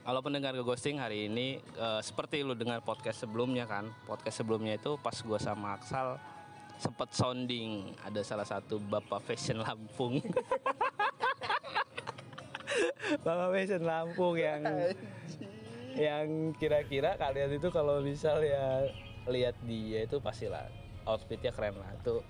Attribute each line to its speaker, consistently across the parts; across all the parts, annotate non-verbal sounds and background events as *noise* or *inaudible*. Speaker 1: Kalau pendengar gue ghosting hari ini eh, seperti lu dengar podcast sebelumnya kan, podcast sebelumnya itu pas gua sama Aksal sempat sounding ada salah satu bapak fashion Lampung.
Speaker 2: *laughs* Bapak Fashion Lampung yang yang kira-kira kalian itu kalau misal ya lihat dia itu pastilah outfitnya keren lah itu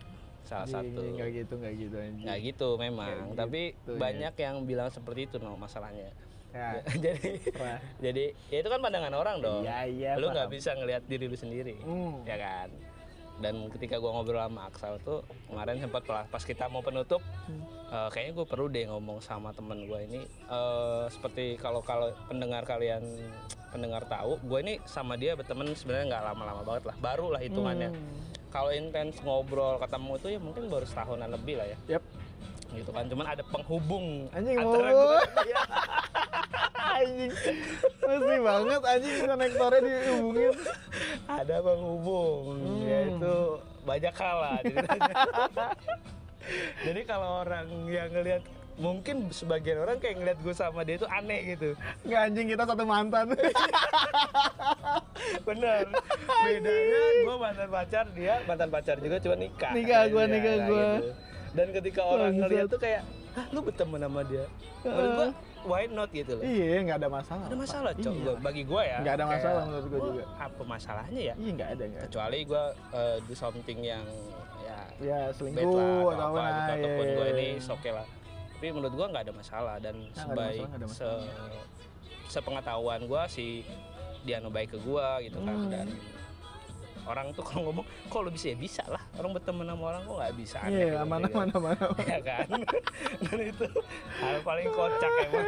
Speaker 2: salah satu. Nah,
Speaker 3: Nggak gitu, nggak gitu anjing.
Speaker 1: Ya gitu iya. memang,
Speaker 3: Kayak
Speaker 1: tapi
Speaker 3: gitu, ya.
Speaker 1: banyak yang bilang seperti itu no
Speaker 2: *laughs*
Speaker 1: masalahnya.
Speaker 3: Ya.
Speaker 1: gitu. jadi
Speaker 3: Wah.
Speaker 1: jadi ya itu kan pandangan orang dong.
Speaker 3: Iya, iya,
Speaker 1: Lu nggak
Speaker 3: paham.
Speaker 1: bisa ngelihat diri lu sendiri,
Speaker 3: Hmm.
Speaker 1: ya kan. Dan ketika gua ngobrol sama Aksal tuh kemarin sempat pelas- pas kita mau penutup,
Speaker 3: Hmm.
Speaker 1: eh, kayaknya gue perlu deh ngomong sama temen gua ini. eh, seperti kalau kalau pendengar kalian pendengar tahu, gue ini sama dia berteman sebenarnya nggak lama-lama banget lah, baru lah hitungannya.
Speaker 3: Hmm.
Speaker 1: Kalau intens ngobrol ketemu itu ya mungkin baru setahunan lebih lah ya
Speaker 3: Yap.
Speaker 1: gitu kan cuman ada penghubung
Speaker 3: Anjing mau.
Speaker 1: antara gua-
Speaker 3: *laughs* anjing. Mesti banget anjing konektornya dihubungin.
Speaker 1: ada penghubung
Speaker 3: Hmm.
Speaker 1: yaitu banyak kalah *laughs* jadi kalau orang yang ngelihat mungkin sebagian orang kayak ngelihat gue sama dia itu aneh gitu *laughs*
Speaker 3: Nggak anjing kita satu mantan.
Speaker 1: Iya. bener bedanya gue mantan pacar dia mantan pacar juga cuma nikah
Speaker 3: Nikah gua,
Speaker 1: Iya,
Speaker 3: nikah
Speaker 1: nah
Speaker 3: gua.
Speaker 1: gitu. dan ketika orang
Speaker 3: Bangsat. Uh-uh.
Speaker 1: ngelihat tuh kayak Hah, lu berteman sama dia menurut gue why not gitu loh
Speaker 3: iya, nggak ada masalah.
Speaker 1: ada masalah
Speaker 3: Pak.
Speaker 1: cok
Speaker 3: Iya.
Speaker 1: gua- bagi gue ya
Speaker 3: Nggak ada
Speaker 1: kayak,
Speaker 3: masalah menurut gua
Speaker 1: "Wah,
Speaker 3: juga."
Speaker 1: apa masalahnya ya
Speaker 3: Iya, nggak ada nggak. ada.
Speaker 1: kecuali gue do something yang ya
Speaker 3: Ya
Speaker 1: bad
Speaker 3: selingkuh
Speaker 1: lah atau apa
Speaker 3: nah,
Speaker 1: gitu
Speaker 3: iya,
Speaker 1: ataupun
Speaker 3: iya,
Speaker 1: gue
Speaker 3: iya.
Speaker 1: ini oke lah tapi menurut gue nggak ada masalah dan
Speaker 3: ada
Speaker 1: sebaik
Speaker 3: masalah, nggak ada
Speaker 1: se sepengetahuan gue si Diano baik ke gue gitu kan
Speaker 3: Hmm.
Speaker 1: dan orang tuh kalau ngomong kok lu bisa ya bisa lah orang berteman sama orang kok nggak bisa aneh
Speaker 3: Iya,
Speaker 1: gitu,
Speaker 3: mana
Speaker 1: gitu.
Speaker 3: mana mana.
Speaker 1: *laughs* ya
Speaker 3: *laughs*
Speaker 1: kan dan itu hal paling kocak emang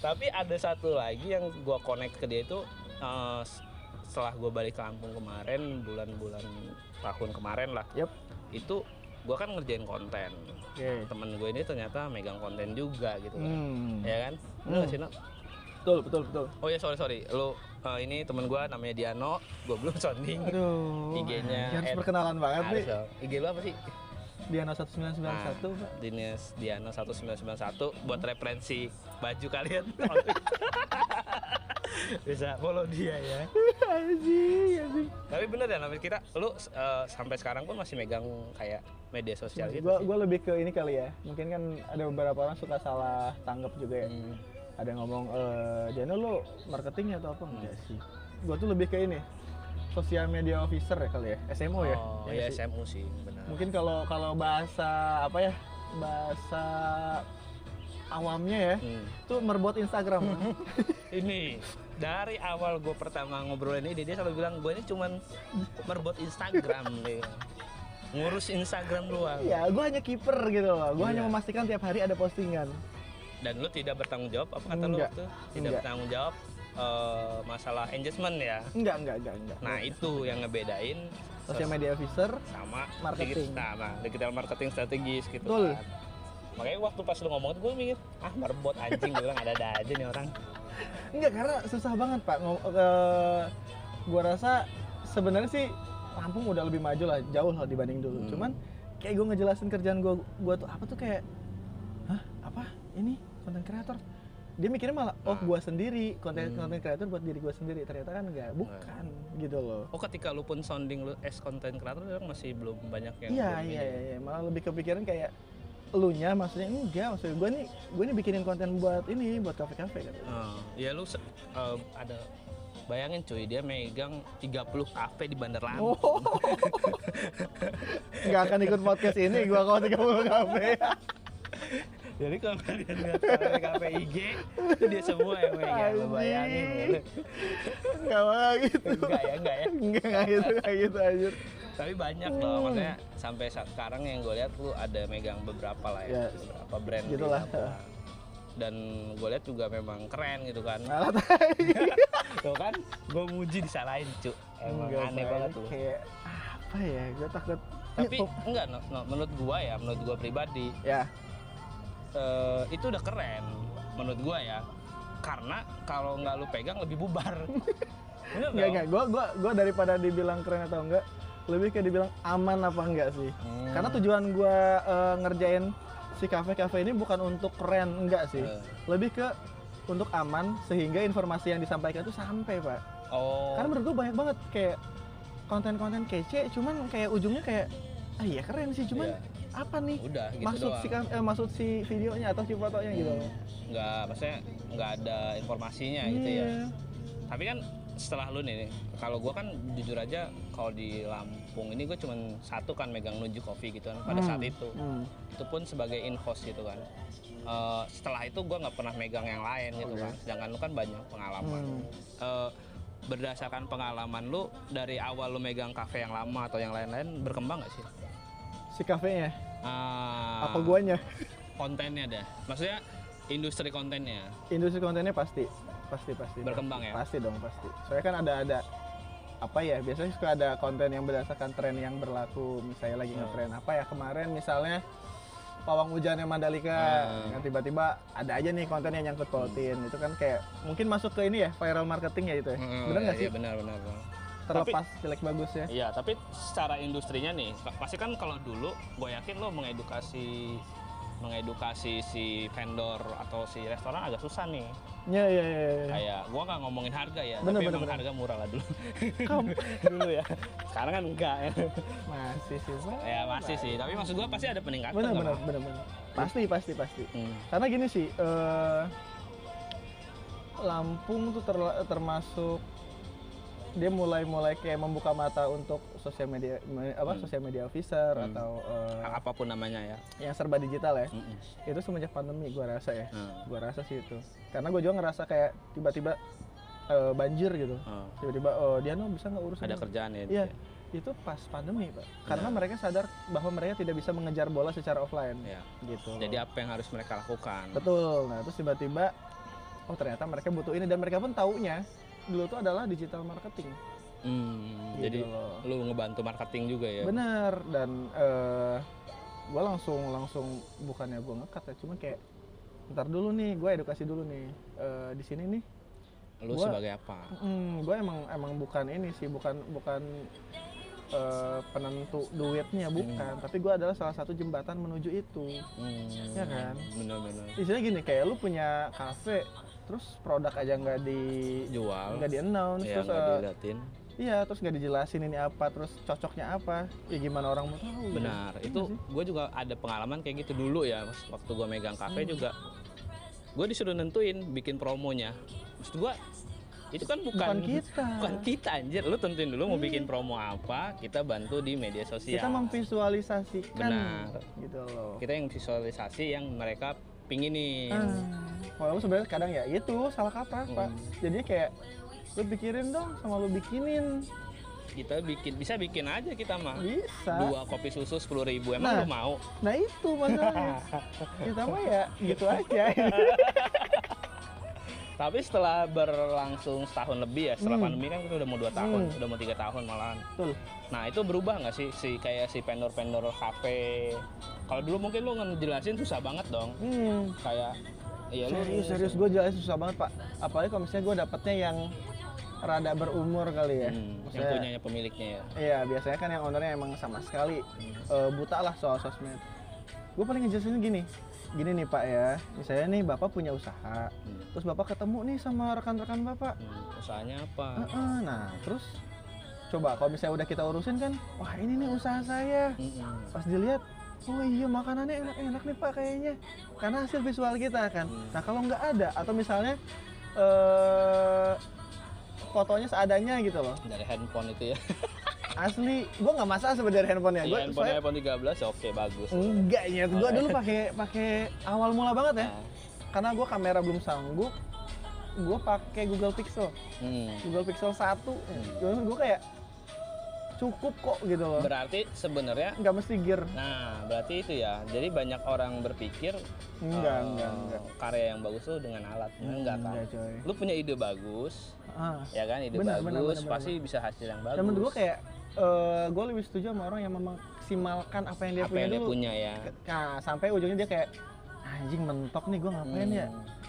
Speaker 1: tapi ada satu lagi yang gua connect ke dia itu eh, s- setelah gua balik ke Lampung kemarin bulan-bulan tahun kemarin lah
Speaker 3: Yep.
Speaker 1: itu gua kan ngerjain konten
Speaker 3: Oke.
Speaker 1: temen gue ini ternyata megang konten juga gitu kan
Speaker 3: Hmm.
Speaker 1: ya kan Bener nggak sih, Nok?
Speaker 3: Betul, betul, betul.
Speaker 1: oh ya sorry sorry lu eh, ini temen gua namanya Diano gua belum sounding
Speaker 3: Aduh.
Speaker 1: IG-nya
Speaker 3: anjing, harus
Speaker 1: at-
Speaker 3: perkenalan banget nih.
Speaker 1: Harus dong. IG lu apa sih?
Speaker 3: Diana 1991,
Speaker 1: Ah.
Speaker 3: Pak.
Speaker 1: Dinas Nah, Diana 1991 buat referensi baju kalian. *laughs* Bisa follow dia ya.
Speaker 3: *laughs* Anjing, anjing.
Speaker 1: Tapi bener ya namanya kita lu eh, sampai sekarang pun masih megang kayak media sosial gitu.
Speaker 3: Gua
Speaker 1: sih?
Speaker 3: gua lebih ke ini kali ya. Mungkin kan ada beberapa orang suka salah tanggap juga ya.
Speaker 1: Hmm.
Speaker 3: Ada yang ngomong eh Diana lo marketing ya atau
Speaker 1: Hmm.
Speaker 3: apa enggak sih? Gua tuh lebih ke ini. Sosial media officer ya kali ya. SMO ya.
Speaker 1: Oh, ya,
Speaker 3: Iya sih.
Speaker 1: SMU sih, benar.
Speaker 3: Mungkin kalau kalau bahasa apa ya? Bahasa awamnya ya.
Speaker 1: Hmm.
Speaker 3: Itu merbot
Speaker 1: *laughs*
Speaker 3: Instagram.
Speaker 1: Ini dari awal gue pertama ngobrolin ini dia selalu bilang gue ini cuman merbot *laughs* Instagram nih. Ngurus Instagram doang.
Speaker 3: Iya, gua hanya kiper gitu loh. Gua
Speaker 1: Iya.
Speaker 3: hanya memastikan tiap hari ada postingan.
Speaker 1: dan lu tidak bertanggung jawab apa kata lu
Speaker 3: Enggak.
Speaker 1: waktu itu? tidak
Speaker 3: Enggak.
Speaker 1: bertanggung jawab eh, masalah engagement ya
Speaker 3: Enggak, enggak, enggak, enggak.
Speaker 1: nah itu yang ngebedain
Speaker 3: sosial
Speaker 1: sos-
Speaker 3: media officer
Speaker 1: sama
Speaker 3: Marketing.
Speaker 1: digi- nah, nah, digital marketing strategis gitu
Speaker 3: Betul.
Speaker 1: kan makanya waktu pas lu ngomong gue mikir ah merbot anjing gue bilang ada ada aja nih orang
Speaker 3: Enggak karena susah banget pak. Ngom eh, gua rasa sebenarnya sih Lampung udah lebih maju lah, jauh lah dibanding dulu.
Speaker 1: Hmm.
Speaker 3: Cuman kayak gue ngejelasin kerjaan gue, gue tuh apa tuh kayak, hah apa ini konten kreator? Dia mikirnya malah, oh
Speaker 1: Nah.
Speaker 3: gue sendiri konten
Speaker 1: Hmm.
Speaker 3: konten kreator buat diri gue sendiri. Ternyata kan enggak, bukan gitu loh.
Speaker 1: oh ketika lu pun sounding lu as content creator orang masih belum banyak yang
Speaker 3: Iya
Speaker 1: belum
Speaker 3: iya
Speaker 1: ini.
Speaker 3: iya, iya. malah lebih kepikiran kayak elunya maksudnya enggak maksudnya gue nih gue nih bikinin konten buat ini buat kafe kafe kan
Speaker 1: Eh, ya lu se- eh, ada bayangin cuy dia megang 30 kafe di Bandar Lampung
Speaker 3: Oh. Nggak akan ikut podcast ini gua kalau 30 kafe.
Speaker 1: *laughs* Jadi kalau kalian lihat kafe IG itu dia semua yang megang, lo
Speaker 3: Anjing.
Speaker 1: bayangin. gitu.
Speaker 3: Enggak bakal gitu.
Speaker 1: Enggak ya, enggak ya.
Speaker 3: Enggak enggak gitu kayak gitu anjir.
Speaker 1: Tapi banyak loh,
Speaker 3: Hmm.
Speaker 1: maksudnya sampai saat sekarang yang gue lihat lu ada megang beberapa lah ya,
Speaker 3: Ya,
Speaker 1: beberapa brand
Speaker 3: gitu
Speaker 1: di
Speaker 3: lah.
Speaker 1: Papua. Dan gue lihat juga memang keren gitu kan.
Speaker 3: Malah
Speaker 1: Tuh kan, gue muji disalahin cu. Emang aneh banget tuh.
Speaker 3: Kayak apa ya? Gua takut.
Speaker 1: Tapi
Speaker 3: Itu.
Speaker 1: enggak, no, no, menurut gue ya, menurut gue pribadi,
Speaker 3: ya,
Speaker 1: eh, itu udah keren menurut gue ya. Karena kalau nggak lu pegang lebih
Speaker 3: *laughs*
Speaker 1: bubar. Bener
Speaker 3: enggak
Speaker 1: dong?
Speaker 3: enggak gua gua gua daripada dibilang keren atau enggak, lebih ke dibilang aman apa enggak sih.
Speaker 1: Hmm.
Speaker 3: Karena tujuan gua eh, ngerjain si kafe-kafe ini bukan untuk keren enggak sih.
Speaker 1: Eh.
Speaker 3: Lebih ke untuk aman sehingga informasi yang disampaikan itu sampai pak
Speaker 1: Oh.
Speaker 3: karena menurut gue banyak banget kayak konten-konten kece cuman kayak ujungnya kayak ah iya keren sih cuman
Speaker 1: Iya.
Speaker 3: apa nih
Speaker 1: udah gitu
Speaker 3: maksud
Speaker 1: doang. Hmm,
Speaker 3: si kam- eh, maksud si videonya atau si fotonya gitu loh
Speaker 1: nggak maksudnya nggak ada informasinya gitu ya
Speaker 3: Iya.
Speaker 1: tapi kan setelah lu nih kalau gua kan jujur aja kalau di Lampung ini gue cuman satu kan megang nuju kopi gitu kan pada saat itu
Speaker 3: Hmm.
Speaker 1: itu pun sebagai in-house gitu kan Eh, setelah itu gua nggak pernah megang yang lain gitu kan sedangkan lu kan banyak pengalaman
Speaker 3: Hmm.
Speaker 1: Eh, berdasarkan pengalaman lu dari awal lu megang kafe yang lama atau yang lain-lain berkembang nggak sih
Speaker 3: si kafenya
Speaker 1: Ah,
Speaker 3: apa guanya
Speaker 1: kontennya dah maksudnya industri kontennya
Speaker 3: industri kontennya pasti pasti pasti
Speaker 1: berkembang ya
Speaker 3: pasti dong pasti soalnya kan ada ada apa ya biasanya suka ada konten yang berdasarkan tren yang berlaku misalnya
Speaker 1: Hmm.
Speaker 3: lagi ngetren apa ya kemarin misalnya pawang hujannya Mandalika
Speaker 1: Hmm.
Speaker 3: yang tiba-tiba ada aja nih konten yang nyangkut politin itu kan kayak mungkin masuk ke ini ya viral marketing ya itu ya
Speaker 1: Hmm,
Speaker 3: bener nggak
Speaker 1: iya,
Speaker 3: sih
Speaker 1: benar benar benar.
Speaker 3: terlepas jelek bagus ya
Speaker 1: Iya, tapi secara industrinya nih, pa- pasti kan kalau dulu gue yakin lo mengedukasi mengedukasi si vendor atau si restoran agak susah nih.
Speaker 3: ya ya ya, ya.
Speaker 1: Kayak gua nggak ngomongin harga ya,
Speaker 3: Bener,
Speaker 1: tapi
Speaker 3: bener,
Speaker 1: emang
Speaker 3: bener.
Speaker 1: harga murah lah dulu.
Speaker 3: Kamu-
Speaker 1: *laughs* dulu ya. Sekarang kan enggak ya.
Speaker 3: masih sih Pak.
Speaker 1: Ya masih sih, tapi maksud gua pasti ada peningkatan.
Speaker 3: bener
Speaker 1: nggak,
Speaker 3: bener
Speaker 1: Bang?
Speaker 3: bener bener pasti pasti pasti
Speaker 1: Hmm.
Speaker 3: karena gini sih eh, Lampung tuh terla- termasuk dia mulai mulai kayak membuka mata untuk sosial media me- apa sosial media officer
Speaker 1: Hmm.
Speaker 3: atau eh,
Speaker 1: Apapun namanya ya.
Speaker 3: yang serba digital ya
Speaker 1: Mm-mm.
Speaker 3: itu semenjak pandemi gua rasa ya
Speaker 1: Hmm.
Speaker 3: gua rasa sih itu karena gue juga ngerasa kayak tiba-tiba eh, banjir gitu
Speaker 1: Hmm.
Speaker 3: tiba-tiba oh Diano bisa nggak urus
Speaker 1: Ada
Speaker 3: ini?"
Speaker 1: kerjaan ya.
Speaker 3: Iya, itu pas pandemi pak karena
Speaker 1: Iya.
Speaker 3: mereka sadar bahwa mereka tidak bisa mengejar bola secara offline
Speaker 1: Iya.
Speaker 3: gitu
Speaker 1: Jadi apa yang harus mereka lakukan?
Speaker 3: Betul. Nah, terus tiba-tiba oh ternyata mereka butuh ini dan mereka pun taunya dulu tuh adalah digital marketing.
Speaker 1: Hmm, Jadi
Speaker 3: Gitu loh.
Speaker 1: lu ngebantu marketing juga ya.
Speaker 3: Bener dan eh gue langsung langsung bukannya gue ngekat ya, cuman kayak ntar dulu nih, gue edukasi dulu nih Eh, di sini nih.
Speaker 1: Lu
Speaker 3: Gua-
Speaker 1: sebagai apa?
Speaker 3: gue emang emang bukan ini sih, bukan bukan eh, penentu duitnya bukan, tapi gue adalah salah satu jembatan menuju itu.
Speaker 1: Hmm,
Speaker 3: Ya kan?
Speaker 1: Benar-benar.
Speaker 3: Isinya gini kayak lu punya kafe, terus produk aja nggak di
Speaker 1: Jual.
Speaker 3: nggak di announce
Speaker 1: Iya,
Speaker 3: terus
Speaker 1: nggak
Speaker 3: eh,
Speaker 1: diliatin.
Speaker 3: iya terus nggak dijelasin ini apa terus cocoknya apa ya gimana orang mau tahu ya?
Speaker 1: Benar. Itu gue juga ada pengalaman kayak gitu dulu ya. Mas. Waktu gue megang
Speaker 3: Mhm.
Speaker 1: kafe juga, gue disuruh nentuin bikin promonya. Maksud gue, itu kan bukan,
Speaker 3: bukan kita Mhm.
Speaker 1: bukan kita, anjir. Lu tentuin dulu mau bikin promo apa, kita bantu di media sosial.
Speaker 3: kita memvisualisasikan
Speaker 1: Benar.
Speaker 3: gitu loh
Speaker 1: Kita yang visualisasi yang mereka pinginin.
Speaker 3: Ah, walaupun sebenarnya kadang ya itu salah kata pak
Speaker 1: Hmm.
Speaker 3: jadinya kayak lu pikirin dong sama lu bikinin
Speaker 1: Kita bikin, bisa bikin aja kita mah.
Speaker 3: bisa
Speaker 1: Dua kopi susu sepuluh ribu emang
Speaker 3: Nah.
Speaker 1: lu mau?
Speaker 3: nah itu
Speaker 1: *laughs*
Speaker 3: masalahnya kita mah ya gitu aja
Speaker 1: Tapi setelah berlangsung setahun lebih ya, setelah
Speaker 3: Hmm.
Speaker 1: pandemi kan kita udah mau dua tahun,
Speaker 3: Hmm.
Speaker 1: udah mau tiga tahun malahan.
Speaker 3: betul
Speaker 1: Nah itu berubah nggak sih si kayak si vendor-vendor kafe? Kalau dulu mungkin lu ngejelasin susah banget dong.
Speaker 3: hmm.
Speaker 1: Kayak iya lu
Speaker 3: serius serius gue jelasin susah banget pak apalagi kalau misalnya gue dapetnya yang rada berumur kali ya
Speaker 1: Hmm, yang
Speaker 3: Maksudnya-
Speaker 1: punyanya pemiliknya ya.
Speaker 3: Iya, biasanya kan yang ownernya emang sama sekali eh, buta lah soal sosmed. Gue paling ngejelasin gini, gini nih pak ya, misalnya nih bapak punya usaha,
Speaker 1: Hmm.
Speaker 3: terus bapak ketemu nih sama rekan-rekan bapak.
Speaker 1: Hmm, usahanya apa?
Speaker 3: Heeh, nah, terus coba kalau misalnya udah kita urusin kan, wah ini nih usaha saya.
Speaker 1: Mm-mm.
Speaker 3: Pas dilihat, oh iya makanannya enak-enak nih pak kayaknya, karena hasil visual kita kan.
Speaker 1: Hmm.
Speaker 3: Nah kalau nggak ada atau misalnya eh fotonya seadanya gitu loh
Speaker 1: Dari handphone
Speaker 3: *laughs*
Speaker 1: itu ya.
Speaker 3: asli gue nggak masalah sebenarnya handphonenya gue
Speaker 1: Iya, handphone iPhone 13 ya oke bagus.
Speaker 3: Enggak ya, gue
Speaker 1: Oh,
Speaker 3: dulu pakai pakai awal mula banget ya.
Speaker 1: Nah,
Speaker 3: Karena gue kamera belum sanggup, gue pakai Google Pixel,
Speaker 1: hmm.
Speaker 3: Google Pixel 1. gue kayak cukup kok gitu loh.
Speaker 1: Berarti sebenarnya
Speaker 3: Enggak mesti gear.
Speaker 1: Nah, berarti itu ya. Jadi banyak orang berpikir
Speaker 3: Enggak,
Speaker 1: eh,
Speaker 3: enggak, enggak. Hmm,
Speaker 1: karya yang bagus tuh dengan alat. enggak kan?
Speaker 3: Enggak, coy.
Speaker 1: Lu punya ide bagus,
Speaker 3: Ah.
Speaker 1: ya kan? Ide bagus
Speaker 3: Benar, benar, benar,
Speaker 1: pasti bisa hasil yang bagus.
Speaker 3: Dan menurut gue kayak gue lebih setuju sama orang yang memaksimalkan apa yang dia
Speaker 1: apa
Speaker 3: punya
Speaker 1: yang dia
Speaker 3: dulu.
Speaker 1: punya ya.
Speaker 3: Nah, sampai ujungnya dia kayak anjing mentok nih gue ngapain ya?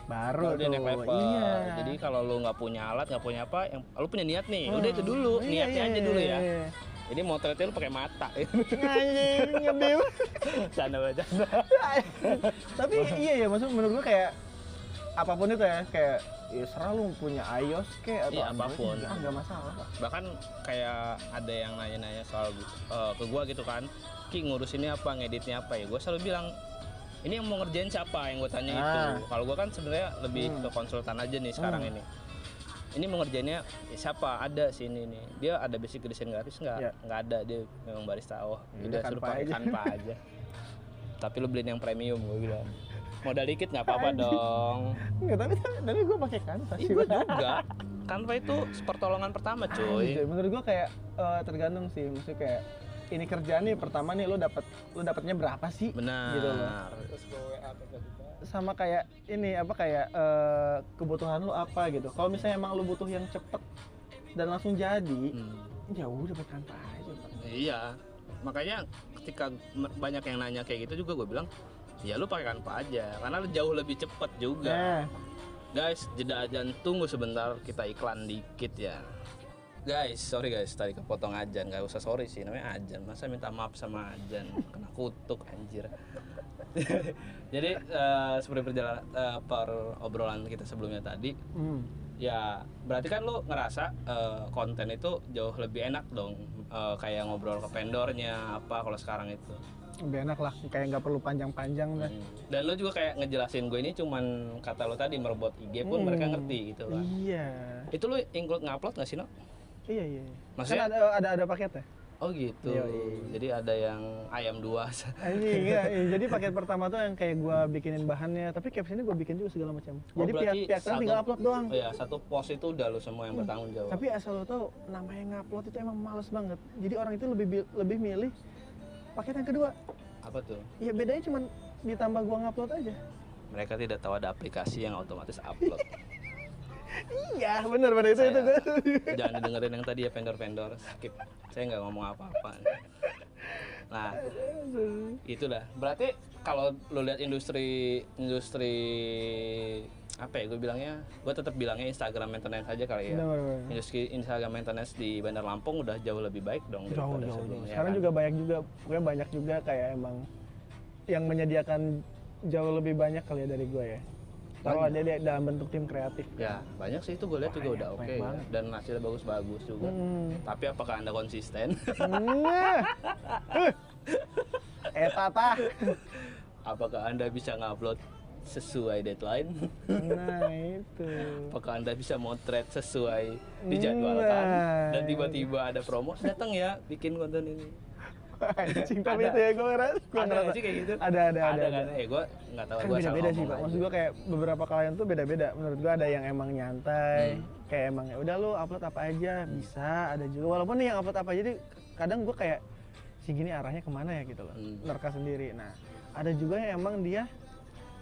Speaker 3: Baru
Speaker 1: Baru dia
Speaker 3: tuh.
Speaker 1: Hmm. naik level.
Speaker 3: Iya.
Speaker 1: Jadi kalau lu nggak punya alat, nggak punya apa, yang lu punya niat nih. Udah itu dulu,
Speaker 3: Iya,
Speaker 1: niatnya
Speaker 3: iya,
Speaker 1: aja dulu ya.
Speaker 3: iya.
Speaker 1: Jadi motretnya lu pakai mata. *laughs*
Speaker 3: Anjing, nyedih banget.
Speaker 1: Canda baca.
Speaker 3: *laughs* iya, tapi iya ya maksud menurut gue kayak apapun itu ya kayak ya serah lu punya iOS kayak atau
Speaker 1: Iya,
Speaker 3: Android,
Speaker 1: apapun.
Speaker 3: nggak nggak masalah Pak.
Speaker 1: bahkan kayak ada yang nanya-nanya soal gu- eh, ke gua gitu kan ki ngurus ini apa ngeditnya apa ya gua selalu bilang ini yang mau ngerjain siapa yang gue tanya
Speaker 3: Ah.
Speaker 1: itu kalau gua kan sebenarnya lebih
Speaker 3: Hmm.
Speaker 1: ke konsultan aja nih sekarang
Speaker 3: Hmm.
Speaker 1: ini ini mau ngerjainnya ya siapa ada sih ini nih dia ada basic desain grafis nggak
Speaker 3: Iya.
Speaker 1: nggak ada dia memang barista oh
Speaker 3: Ya
Speaker 1: udah
Speaker 3: udah,
Speaker 1: suruh
Speaker 3: Canva
Speaker 1: pakai
Speaker 3: aja.
Speaker 1: kanpa
Speaker 3: *laughs*
Speaker 1: aja tapi lu beliin yang premium gua bilang modal dikit nggak apa-apa dong
Speaker 3: Nggak, tapi tapi gue pakai kan, kanvas
Speaker 1: Ih,
Speaker 3: sih,
Speaker 1: gua
Speaker 3: Pak.
Speaker 1: juga kanpa itu pertolongan pertama cuy
Speaker 3: Gitu, menurut gue kayak eh, tergantung sih maksudnya kayak ini kerjaan nih pertama nih lu dapat lu dapatnya berapa sih
Speaker 1: benar
Speaker 3: Gitu loh. sama kayak ini apa kayak eh, kebutuhan lu apa gitu kalau misalnya emang lu butuh yang cepet dan langsung jadi
Speaker 1: Hmm.
Speaker 3: ya udah pakai kanvas aja Pak.
Speaker 1: Iya, makanya ketika me- banyak yang nanya kayak gitu juga gue bilang, ya lu pakai kanpa aja, karena lu jauh lebih cepet juga.
Speaker 3: nah
Speaker 1: Guys, jeda ajan tunggu sebentar, kita iklan dikit ya. Guys, sorry guys, tadi kepotong ajan, nggak usah sorry sih, namanya ajan. Masa minta maaf sama ajan, kena kutuk anjir. *laughs* Jadi eh, seperti perjalanan eh, perobrolan kita sebelumnya tadi,
Speaker 3: hmm.
Speaker 1: Ya, berarti kan lu ngerasa eh, konten itu jauh lebih enak dong. Eh, kayak ngobrol ke vendornya apa kalau sekarang itu.
Speaker 3: lebih enak lah kayak nggak perlu panjang-panjang dah
Speaker 1: Hmm. Dan lu juga kayak ngejelasin gue ini cuman kata lu tadi merebut IG pun
Speaker 3: Hmm.
Speaker 1: mereka ngerti gitu kan.
Speaker 3: iya
Speaker 1: Itu lu include ngupload nggak sih, No?
Speaker 3: iya iya iya.
Speaker 1: Maksudnya-
Speaker 3: kan ada ada ada paketnya
Speaker 1: Oh gitu.
Speaker 3: Yoi.
Speaker 1: Jadi ada yang ayam dua. *laughs*
Speaker 3: Anjing, iya, iya. jadi paket pertama tuh yang kayak gua bikinin bahannya, tapi captionnya gua bikin juga segala macam.
Speaker 1: Oh,
Speaker 3: Jadi
Speaker 1: berarti
Speaker 3: pihak pihak kan
Speaker 1: satu-
Speaker 3: tinggal upload doang.
Speaker 1: Oh ya, satu post itu udah lu semua yang bertanggung jawab.
Speaker 3: Tapi asal lo tau, namanya ngupload itu emang males banget. Jadi orang itu lebih bi- lebih milih paket yang kedua.
Speaker 1: Apa tuh?
Speaker 3: Ya bedanya cuma ditambah gua ngupload aja.
Speaker 1: Mereka tidak tahu ada aplikasi yang otomatis upload.
Speaker 3: Iya, bener bener itu itu
Speaker 1: Saya-
Speaker 3: gua.
Speaker 1: jangan dengerin yang tadi ya vendor-vendor skip saya nggak ngomong apa-apa nah itulah berarti kalau lo lihat industri industri apa ya gue bilangnya gue tetap bilangnya Instagram maintenance aja kali ya
Speaker 3: Bener, bener, bener.
Speaker 1: industri Instagram maintenance di Bandar Lampung udah jauh lebih baik dong
Speaker 3: Jauh,
Speaker 1: daripada
Speaker 3: jauh, jauh.
Speaker 1: sebelumnya
Speaker 3: Sekarang
Speaker 1: kan?
Speaker 3: juga banyak juga, pokoknya banyak juga kayak emang yang menyediakan jauh lebih banyak kali ya dari gua ya. Kalau dia dia dalam bentuk tim kreatif.
Speaker 1: ya banyak sih itu gue lihat juga
Speaker 3: Banyak,
Speaker 1: udah oke
Speaker 3: banyak
Speaker 1: ya.
Speaker 3: banget.
Speaker 1: dan hasilnya bagus-bagus juga
Speaker 3: Hmm.
Speaker 1: tapi apakah anda konsisten *laughs*
Speaker 3: Nah. *laughs* eh tata.
Speaker 1: apakah anda bisa ngupload sesuai deadline
Speaker 3: Nah itu.
Speaker 1: apakah anda bisa motret sesuai dijadwalkan
Speaker 3: Nah.
Speaker 1: dan tiba-tiba ada promo datang ya bikin konten ini
Speaker 3: *laughs* Anjing tapi
Speaker 1: Ada.
Speaker 3: itu ya gue ngerasa. Gue
Speaker 1: ada nggak sih kayak gitu
Speaker 3: Ada ada ada. ada.
Speaker 1: kan ya gue nggak tahu
Speaker 3: Kan
Speaker 1: gue
Speaker 3: beda-beda sih pak. Maksud gue kayak beberapa klien tuh beda-beda. Menurut gue ada yang emang nyantai,
Speaker 1: Hmm.
Speaker 3: kayak emang ya udah lu upload apa aja bisa. Ada juga walaupun nih yang upload apa aja, jadi kadang gue kayak si gini arahnya kemana ya gitu loh.
Speaker 1: Hmm.
Speaker 3: Nerka sendiri. Nah ada juga yang emang dia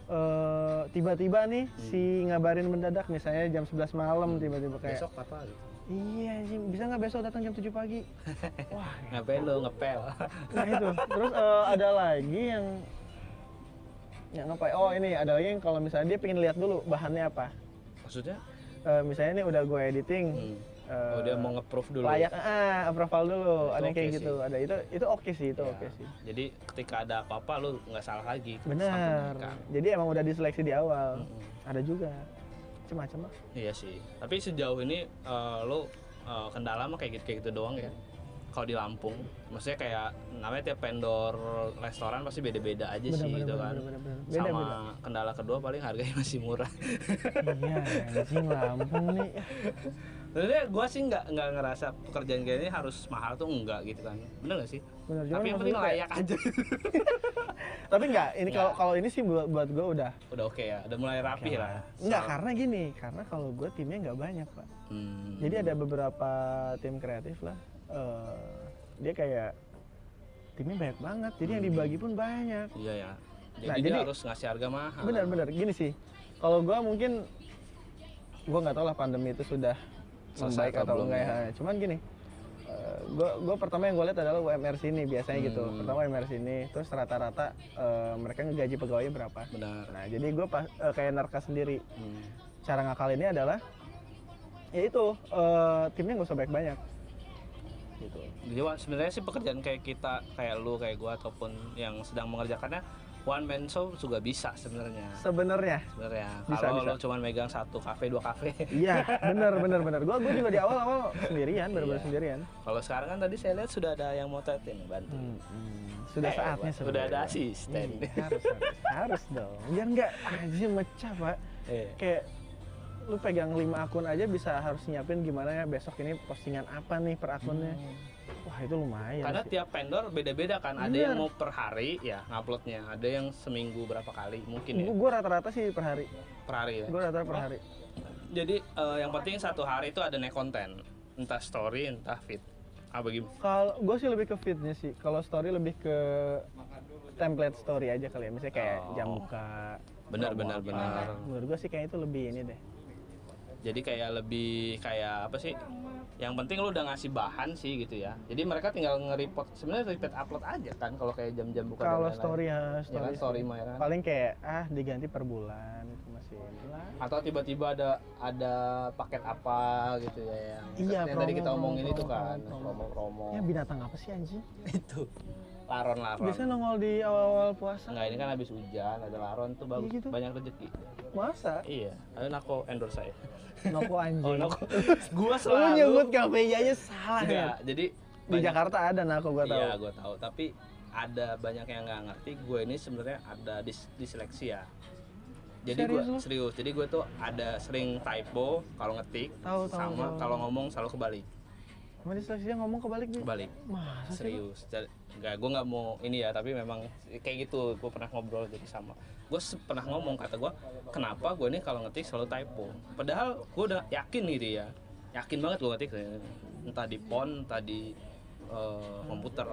Speaker 3: eh, tiba-tiba nih
Speaker 1: Hmm.
Speaker 3: si ngabarin mendadak misalnya jam 11 malam tiba-tiba kayak
Speaker 1: besok apa gitu
Speaker 3: Iya sih, bisa nggak besok datang jam 7 pagi? Wah,
Speaker 1: ngapain lo ngepel
Speaker 3: nah itu. Terus eh, ada lagi yang yang apa? ya? Oh ini ada lagi yang kalau misalnya dia pengen lihat dulu bahannya apa.
Speaker 1: maksudnya
Speaker 3: Eh, misalnya ini udah gue editing,
Speaker 1: hmm.
Speaker 3: eh,
Speaker 1: oh dia mau nge-proof dulu
Speaker 3: layak ah approval dulu.
Speaker 1: Itu
Speaker 3: ada yang kayak
Speaker 1: oke
Speaker 3: gitu, ada itu itu oke sih itu
Speaker 1: Ya.
Speaker 3: oke sih.
Speaker 1: jadi ketika ada apa-apa lo nggak salah lagi
Speaker 3: Benar.
Speaker 1: Sambungkan.
Speaker 3: Jadi emang udah diseleksi di awal.
Speaker 1: Mm-mm.
Speaker 3: Ada juga macam-macam lah.
Speaker 1: Iya sih. Tapi sejauh ini eh, lo eh, kendala mah kayak gitu kayak gitu doang ya. Kalau di Lampung, maksudnya kayak namanya tiap vendor restoran pasti beda-beda aja sih
Speaker 3: Benar-benar,
Speaker 1: gitu kan.
Speaker 3: benar-benar, benar-benar. Beda,
Speaker 1: Sama
Speaker 3: beda.
Speaker 1: kendala kedua paling harganya *laughs* masih murah.
Speaker 3: Iya, anjing Lampung nih.
Speaker 1: Sebenarnya gue sih nggak nggak ngerasa pekerjaan kayak ini harus mahal tuh enggak gitu kan. Bener gak sih?
Speaker 3: Benar juga.
Speaker 1: Tapi yang penting layak Iya. aja.
Speaker 3: *laughs*
Speaker 1: *laughs*
Speaker 3: Tapi enggak, ini kalau
Speaker 1: Nggak.
Speaker 3: kalau ini sih buat buat gue udah
Speaker 1: Udah oke ya. Udah mulai rapi lah.
Speaker 3: Enggak,
Speaker 1: Soal-
Speaker 3: karena gini, karena kalau gue timnya nggak banyak, Pak.
Speaker 1: Hmm.
Speaker 3: Jadi ada beberapa tim kreatif lah. eh, dia kayak timnya banyak banget, jadi
Speaker 1: Hmm.
Speaker 3: yang dibagi pun banyak.
Speaker 1: Iya ya. Jadi,
Speaker 3: Nah,
Speaker 1: dia
Speaker 3: jadi-
Speaker 1: harus ngasih harga mahal.
Speaker 3: Benar-benar gini sih. Kalau gue mungkin gue nggak tahu lah pandemi itu sudah
Speaker 1: Selesai
Speaker 3: membaik
Speaker 1: atau
Speaker 3: atau
Speaker 1: belum
Speaker 3: enggak
Speaker 1: ya.
Speaker 3: ya. Cuman gini, gue gue pertama yang gue lihat adalah UMR sini biasanya gitu.
Speaker 1: Hmm.
Speaker 3: Pertama UMR sini, terus rata-rata eh, mereka ngegaji pegawainya berapa.
Speaker 1: Benar.
Speaker 3: Nah, jadi gue kayak narka sendiri.
Speaker 1: Hmm.
Speaker 3: cara ngakalinnya adalah ya itu eh, timnya nggak usah banyak banyak gitu
Speaker 1: Jadi Wak, sebenarnya sih pekerjaan kayak kita, kayak lu, kayak gua ataupun yang sedang mengerjakannya one man show juga bisa sebenarnya
Speaker 3: sebenarnya
Speaker 1: sebenarnya
Speaker 3: Bisa,
Speaker 1: kalau
Speaker 3: bisa.
Speaker 1: lo cuma megang satu kafe dua kafe *laughs*
Speaker 3: iya bener bener bener gua gua juga di awal awal sendirian bener-bener
Speaker 1: Iya.
Speaker 3: sendirian
Speaker 1: kalau sekarang kan tadi saya lihat sudah ada yang mau tatin bantu
Speaker 3: Hmm. sudah
Speaker 1: Eh, Pak,
Speaker 3: saatnya
Speaker 1: sudah
Speaker 3: sebenarnya
Speaker 1: ada asisten
Speaker 3: Iya, harus, harus harus dong biar nggak aja mecah pak
Speaker 1: Eh,
Speaker 3: kayak lu pegang lima akun aja bisa harus nyiapin gimana ya besok ini postingan apa nih per akunnya wah itu
Speaker 1: Hmm.
Speaker 3: lumayan
Speaker 1: karena
Speaker 3: Iya, sih.
Speaker 1: tiap vendor beda-beda kan ada
Speaker 3: Bener.
Speaker 1: yang mau per hari ya uploadnya ada yang seminggu berapa kali mungkin ya
Speaker 3: Gua- gua rata-rata sih per hari
Speaker 1: per hari ya
Speaker 3: Hmm. gua rata-rata per hari
Speaker 1: jadi eh, yang penting satu hari itu ada naik konten entah story entah feed Ah, apa gimana
Speaker 3: kalau gue sih lebih ke fitnya sih kalau story lebih ke template story aja kali ya misalnya kayak
Speaker 1: Oh.
Speaker 3: jam buka
Speaker 1: benar benar benar
Speaker 3: menurut gue sih kayak itu lebih ini deh
Speaker 1: jadi kayak lebih kayak apa sih yang penting lu udah ngasih bahan sih gitu ya jadi mereka tinggal nge-report sebenarnya repeat upload aja kan kalau kayak jam-jam buka dan
Speaker 3: kalau
Speaker 1: lain-lain.
Speaker 3: story ya
Speaker 1: ya kan
Speaker 3: story,
Speaker 1: story mah ya kan
Speaker 3: paling kayak ah diganti per bulan itu masih ini lah
Speaker 1: atau tiba-tiba ada ada paket apa gitu ya yang,
Speaker 3: Iya,
Speaker 1: yang tadi
Speaker 3: promo,
Speaker 1: kita omongin
Speaker 3: promo,
Speaker 1: itu
Speaker 3: promo,
Speaker 1: kan
Speaker 3: promo.
Speaker 1: promo-promo
Speaker 3: ya binatang apa sih anjing
Speaker 1: itu laron-laron
Speaker 3: biasanya nongol di awal-awal puasa
Speaker 1: Enggak, ini kan habis hujan, ada laron tuh bagus,
Speaker 3: Iya gitu.
Speaker 1: banyak rezeki.
Speaker 3: masa
Speaker 1: Iya, ayo nako endorse saya.
Speaker 3: noko anjing
Speaker 1: Oh,
Speaker 3: *laughs*
Speaker 1: nako. gua
Speaker 3: lu
Speaker 1: selalu
Speaker 3: nyebut kafenya aja salah ya
Speaker 1: Enggak, jadi
Speaker 3: di Jakarta ada nako gue tahu
Speaker 1: Iya, gua tahu, tapi ada banyak yang nggak ngerti gue ini sebenarnya ada dis disleksia. Jadi gue
Speaker 3: Serius lu?
Speaker 1: serius, jadi gue tuh ada sering typo kalau ngetik
Speaker 3: Tahu, tahu,
Speaker 1: sama
Speaker 3: tahu.
Speaker 1: kalau ngomong selalu kebalik.
Speaker 3: Emang di seleksinya ngomong kebalik gitu
Speaker 1: Kebalik.
Speaker 3: masa sih lu?
Speaker 1: serius Dan- nggak gue nggak mau ini ya tapi memang kayak gitu gue pernah ngobrol jadi sama gue pernah ngomong kata gue kenapa gue ini kalau ngetik selalu typo padahal gue udah yakin gitu ya yakin banget gue ngetik eh, entah di pon entah di eh, komputer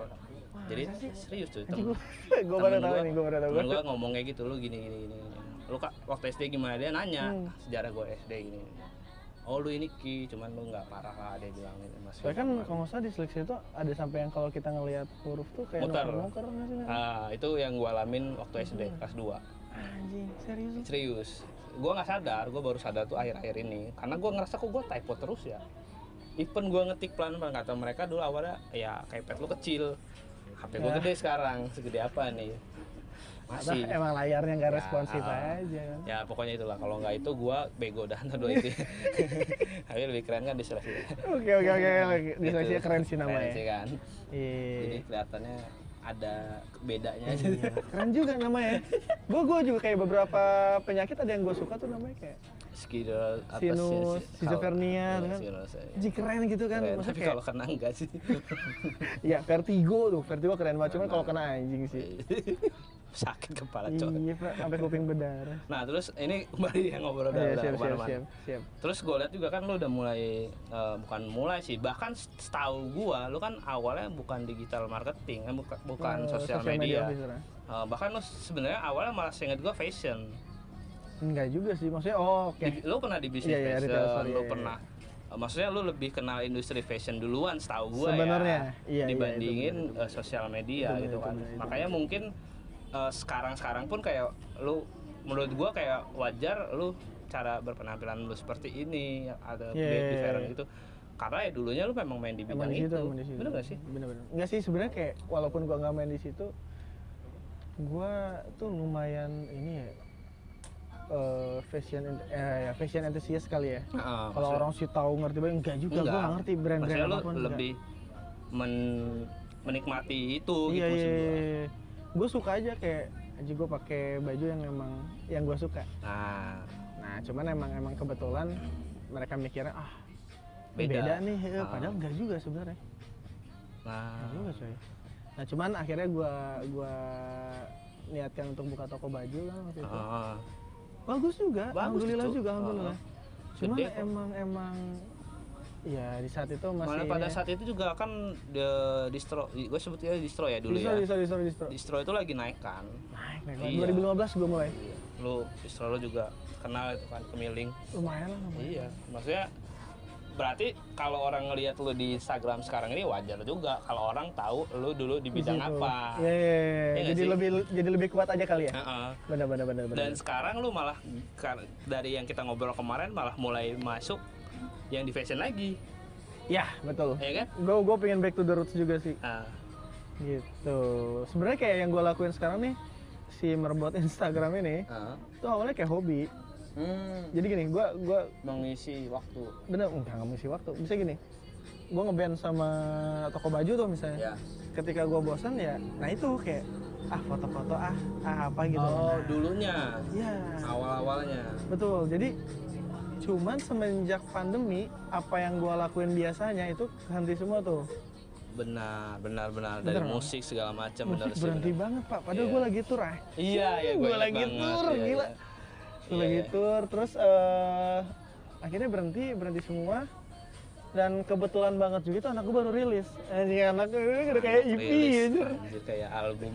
Speaker 1: jadi serius tuh
Speaker 3: Anjing
Speaker 1: temen
Speaker 3: gue gue baru
Speaker 1: temen
Speaker 3: tahu
Speaker 1: gua-
Speaker 3: nih gue baru tahu
Speaker 1: temen gue ngomong kayak gitu lu gini gini gini lu kak waktu SD gimana dia nanya
Speaker 3: Hmm.
Speaker 1: sejarah gue SD gini oh lu ini ki cuman lu nggak parah lah dia bilang gitu masih
Speaker 3: Soalnya kan kalau nggak salah di seleksi itu ada sampai yang kalau kita ngelihat huruf tuh kayak
Speaker 1: Muter.
Speaker 3: nuker-nuker nggak sih? Nat?
Speaker 1: Ah, itu yang gua alamin waktu
Speaker 3: Hmm.
Speaker 1: SD kelas 2.
Speaker 3: Anjing, serius lu?
Speaker 1: Serius. Gua nggak sadar, gua baru sadar tuh akhir-akhir ini. Karena gua ngerasa kok gua typo terus ya. Even gua ngetik pelan-pelan kata mereka dulu awalnya ya keypad lu kecil. HP gua
Speaker 3: Ya.
Speaker 1: gede sekarang, segede apa nih?
Speaker 3: Atau
Speaker 1: Masih.
Speaker 3: emang layarnya nggak
Speaker 1: Ya,
Speaker 3: responsif
Speaker 1: ah.
Speaker 3: aja kan?
Speaker 1: Ya pokoknya itulah kalau nggak itu gua bego dah *laughs* antara dua itu. Tapi lebih keren kan di seleksi.
Speaker 3: Oke oke oke, oke. di seleksi
Speaker 1: Gitu.
Speaker 3: keren sih namanya.
Speaker 1: Keren sih kan. Jadi
Speaker 3: Iya.
Speaker 1: kelihatannya ada bedanya aja.
Speaker 3: Iya. Keren juga namanya. Gue gue juga kayak beberapa penyakit ada yang gue suka tuh namanya kayak
Speaker 1: Skidol apa ya sih?
Speaker 3: Sinus,
Speaker 1: Kalau-
Speaker 3: schizophrenia,
Speaker 1: iya,
Speaker 3: kan?
Speaker 1: sinus, iya.
Speaker 3: Ji keren gitu kan,
Speaker 1: Keren,
Speaker 3: maksudnya
Speaker 1: tapi
Speaker 3: kayak
Speaker 1: kalau kena enggak
Speaker 3: *laughs*
Speaker 1: sih
Speaker 3: ya vertigo tuh, vertigo keren banget, cuman
Speaker 1: Keren
Speaker 3: kalau
Speaker 1: banget.
Speaker 3: kena anjing
Speaker 1: Iya,
Speaker 3: sih.
Speaker 1: sakit kepala cowok
Speaker 3: Iya, Pak, sampai kuping berdarah.
Speaker 1: nah terus ini kembali yang ngobrol udah
Speaker 3: Iya,
Speaker 1: udah
Speaker 3: siap siap
Speaker 1: kemana-mana.
Speaker 3: siap siap.
Speaker 1: terus gue lihat juga kan lu udah mulai eh, bukan mulai sih bahkan setahu gua lu kan awalnya bukan digital marketing kan buka- bukan
Speaker 3: Eh,
Speaker 1: sosial media,
Speaker 3: officer, ah.
Speaker 1: Eh, bahkan lu sebenarnya awalnya malah seinget gua fashion
Speaker 3: Enggak juga sih, maksudnya oh oke.
Speaker 1: Di- lu pernah di bisnis
Speaker 3: Iya, iya,
Speaker 1: fashion
Speaker 3: retail store,
Speaker 1: lu
Speaker 3: iya, iya.
Speaker 1: pernah eh, Maksudnya lu lebih kenal industri fashion duluan setahu gua
Speaker 3: Sebenarnya,
Speaker 1: ya
Speaker 3: iya, iya, itu
Speaker 1: dibandingin
Speaker 3: benar, itu
Speaker 1: eh, sosial media
Speaker 3: Itu benar,
Speaker 1: gitu
Speaker 3: itu
Speaker 1: kan.
Speaker 3: benar, itu
Speaker 1: Makanya mungkin eh, sekarang-sekarang pun kayak lu menurut gua kayak wajar lu cara berpenampilan lu seperti ini ada
Speaker 3: Iya,
Speaker 1: yeah,
Speaker 3: iya,
Speaker 1: different
Speaker 3: iya.
Speaker 1: gitu. Karena ya dulunya lu memang main di
Speaker 3: Emang
Speaker 1: bidang
Speaker 3: di situ,
Speaker 1: itu.
Speaker 3: emang di situ.
Speaker 1: Bener gak sih?
Speaker 3: Bener-bener. Enggak sih sebenarnya kayak walaupun gua nggak main di situ, gua tuh lumayan ini ya eh, fashion ent- eh, ya, fashion enthusiast kali ya.
Speaker 1: Heeh,
Speaker 3: Kalau orang sih tahu ngerti banget enggak juga, gua nggak ngerti brand-brand
Speaker 1: Ah, Maksudnya lu
Speaker 3: apapun. enggak.
Speaker 1: lebih men- menikmati itu
Speaker 3: iya,
Speaker 1: gitu
Speaker 3: iya,
Speaker 1: maksud
Speaker 3: iya,
Speaker 1: gua.
Speaker 3: iya. Gua suka aja kayak aja gua pakai baju yang emang yang gua suka.
Speaker 1: Nah,
Speaker 3: Nah, cuman emang emang kebetulan mereka mikirnya ah
Speaker 1: Beda.
Speaker 3: beda, nih, eh,
Speaker 1: Ah.
Speaker 3: padahal enggak juga sebenarnya. Nggak
Speaker 1: nah.
Speaker 3: Iya juga, coy. Nah cuman akhirnya gua gua niatkan untuk buka toko baju kan waktu itu.
Speaker 1: ah.
Speaker 3: Bagus juga,
Speaker 1: Bagus
Speaker 3: alhamdulillah
Speaker 1: itu.
Speaker 3: juga, alhamdulillah. Cuman
Speaker 1: Gede kok.
Speaker 3: emang emang ya di saat itu masih
Speaker 1: Malah pada saat itu juga kan the distro, gue sebutnya distro ya dulu
Speaker 3: distro,
Speaker 1: ya.
Speaker 3: distro, distro, distro.
Speaker 1: Distro itu lagi naik kan.
Speaker 3: Naik, naik.
Speaker 1: Iya.
Speaker 3: 2015 gua mulai.
Speaker 1: Lu distro lu juga kenal itu kan kemiling.
Speaker 3: Lumayan lah lumayan.
Speaker 1: Iya, maksudnya berarti kalau orang ngelihat lu di Instagram sekarang ini wajar juga kalau orang tahu lu dulu di bidang
Speaker 3: situ.
Speaker 1: apa.
Speaker 3: Iya, iya, iya.
Speaker 1: Iya nggak
Speaker 3: jadi
Speaker 1: sih?
Speaker 3: lebih jadi lebih kuat aja kali ya.
Speaker 1: Heeh.
Speaker 3: Benar benar benar benar.
Speaker 1: Dan sekarang lu malah kar- dari yang kita ngobrol kemarin malah mulai masuk yang di fashion lagi,
Speaker 3: Ya, betul.
Speaker 1: ya kan?
Speaker 3: Gue gue pengen back to the roots juga sih.
Speaker 1: Ah,
Speaker 3: gitu sebenarnya kayak yang gue lakuin sekarang nih si merebot *laughs* Instagram ini
Speaker 1: Ah.
Speaker 3: itu awalnya kayak hobi.
Speaker 1: Hmm,
Speaker 3: Jadi gini, gua gua
Speaker 1: mengisi waktu.
Speaker 3: bener enggak ngisi waktu. Bisa gini. Gua ngeband sama toko baju tuh misalnya.
Speaker 1: Ya.
Speaker 3: Ketika gua bosan ya, nah itu kayak ah foto-foto ah, ah apa gitu.
Speaker 1: Oh,
Speaker 3: Nah,
Speaker 1: dulunya.
Speaker 3: Iya.
Speaker 1: Awal-awalnya.
Speaker 3: Betul. Jadi cuman semenjak pandemi apa yang gua lakuin biasanya itu henti semua tuh.
Speaker 1: Benar, benar, benar. Dari
Speaker 3: Bener.
Speaker 1: musik segala macam benar
Speaker 3: Musik
Speaker 1: sih.
Speaker 3: berhenti
Speaker 1: benar.
Speaker 3: banget, Pak. Padahal
Speaker 1: Iya.
Speaker 3: gua lagi tour ah.
Speaker 1: Iya, ya
Speaker 3: Gua lagi tur, gila. Gua
Speaker 1: Iya,
Speaker 3: lagi
Speaker 1: iya.
Speaker 3: tour terus eh, akhirnya berhenti, berhenti semua. Dan kebetulan banget juga itu anakku baru rilis. Eh, Anjing anakku ini udah kayak EP anjir.
Speaker 1: Anjir kayak album.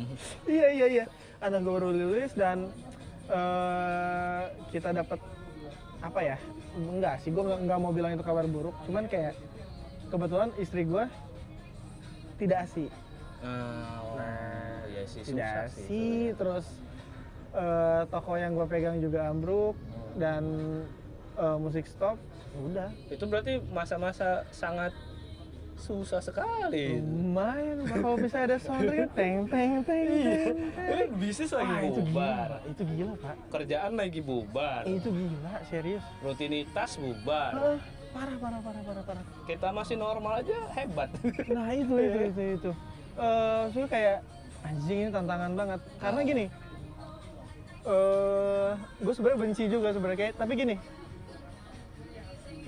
Speaker 3: Iya iya iya. Anak gue baru rilis dan eh kita dapat apa ya? Enggak sih, gue nggak mau bilang itu kabar buruk. Cuman kayak kebetulan istri gue tidak asi,
Speaker 1: Ah, wah, iya sih susah
Speaker 3: Nah, tidak
Speaker 1: sih.
Speaker 3: asi. Terus eh toko yang gue pegang juga ambruk dan eh, musik stop. Udah,
Speaker 1: Itu berarti masa-masa sangat susah sekali.
Speaker 3: lumayan. Pak. Kalau bisa ada soundnya, teng teng teng. teng.
Speaker 1: Ini Eh, bisnis Iya. lagi
Speaker 3: Wah, Ah, itu
Speaker 1: bubar.
Speaker 3: gila, itu gila pak.
Speaker 1: Kerjaan lagi bubar.
Speaker 3: Itu gila, serius.
Speaker 1: Rutinitas bubar.
Speaker 3: Ah, parah parah parah parah parah
Speaker 1: Kita masih normal aja hebat.
Speaker 3: nah itu itu itu itu Eh, maksudnya kayak anjing ini tantangan banget karena gini eh gue sebenarnya benci juga sebenarnya kayak tapi gini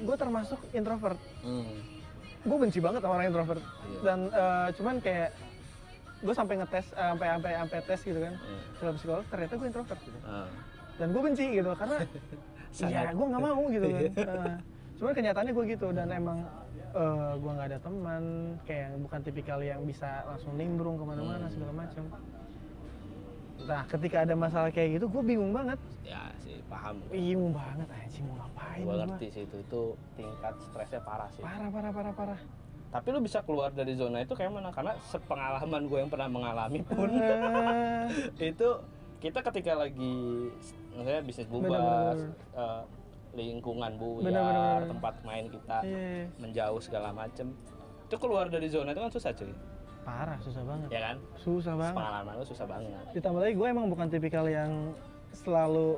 Speaker 3: gue termasuk introvert
Speaker 1: *laughs* Hmm.
Speaker 3: gue benci banget sama orang introvert
Speaker 1: Iya.
Speaker 3: dan eh, cuman kayak gue sampai ngetes eh, sampai sampai sampai tes gitu kan
Speaker 1: Iya.
Speaker 3: dalam psikolog ternyata gue introvert gitu
Speaker 1: Ah.
Speaker 3: dan gue benci gitu
Speaker 1: *laughs*
Speaker 3: karena ya gue nggak mau gitu kan Nah, cuman kenyataannya gue gitu dan emang eh, gue nggak ada teman kayak bukan tipikal yang bisa langsung nimbrung
Speaker 1: Hmm.
Speaker 3: kemana-mana segala macam nah ketika ada masalah kayak gitu gue bingung banget
Speaker 1: Ya sih paham. gua.
Speaker 3: bingung banget anjing mau ngapain
Speaker 1: Gua
Speaker 3: gua.
Speaker 1: ngerti sih itu itu tingkat stresnya parah sih.
Speaker 3: parah parah parah
Speaker 1: *laughs*
Speaker 3: parah
Speaker 1: Tapi lu bisa keluar dari zona itu kayak mana? Karena sepengalaman gue yang pernah mengalami
Speaker 3: *laughs*
Speaker 1: pun
Speaker 3: Eh,
Speaker 1: itu kita ketika lagi misalnya bisnis bubar,
Speaker 3: Bener-bener.
Speaker 1: eh, lingkungan
Speaker 3: Bener-bener.
Speaker 1: buyar, tempat main kita
Speaker 3: iya.
Speaker 1: menjauh segala macem itu keluar dari zona itu kan susah cuy
Speaker 3: parah susah banget
Speaker 1: ya kan
Speaker 3: susah banget
Speaker 1: pengalaman lu susah banget
Speaker 3: ditambah lagi gue emang bukan tipikal yang selalu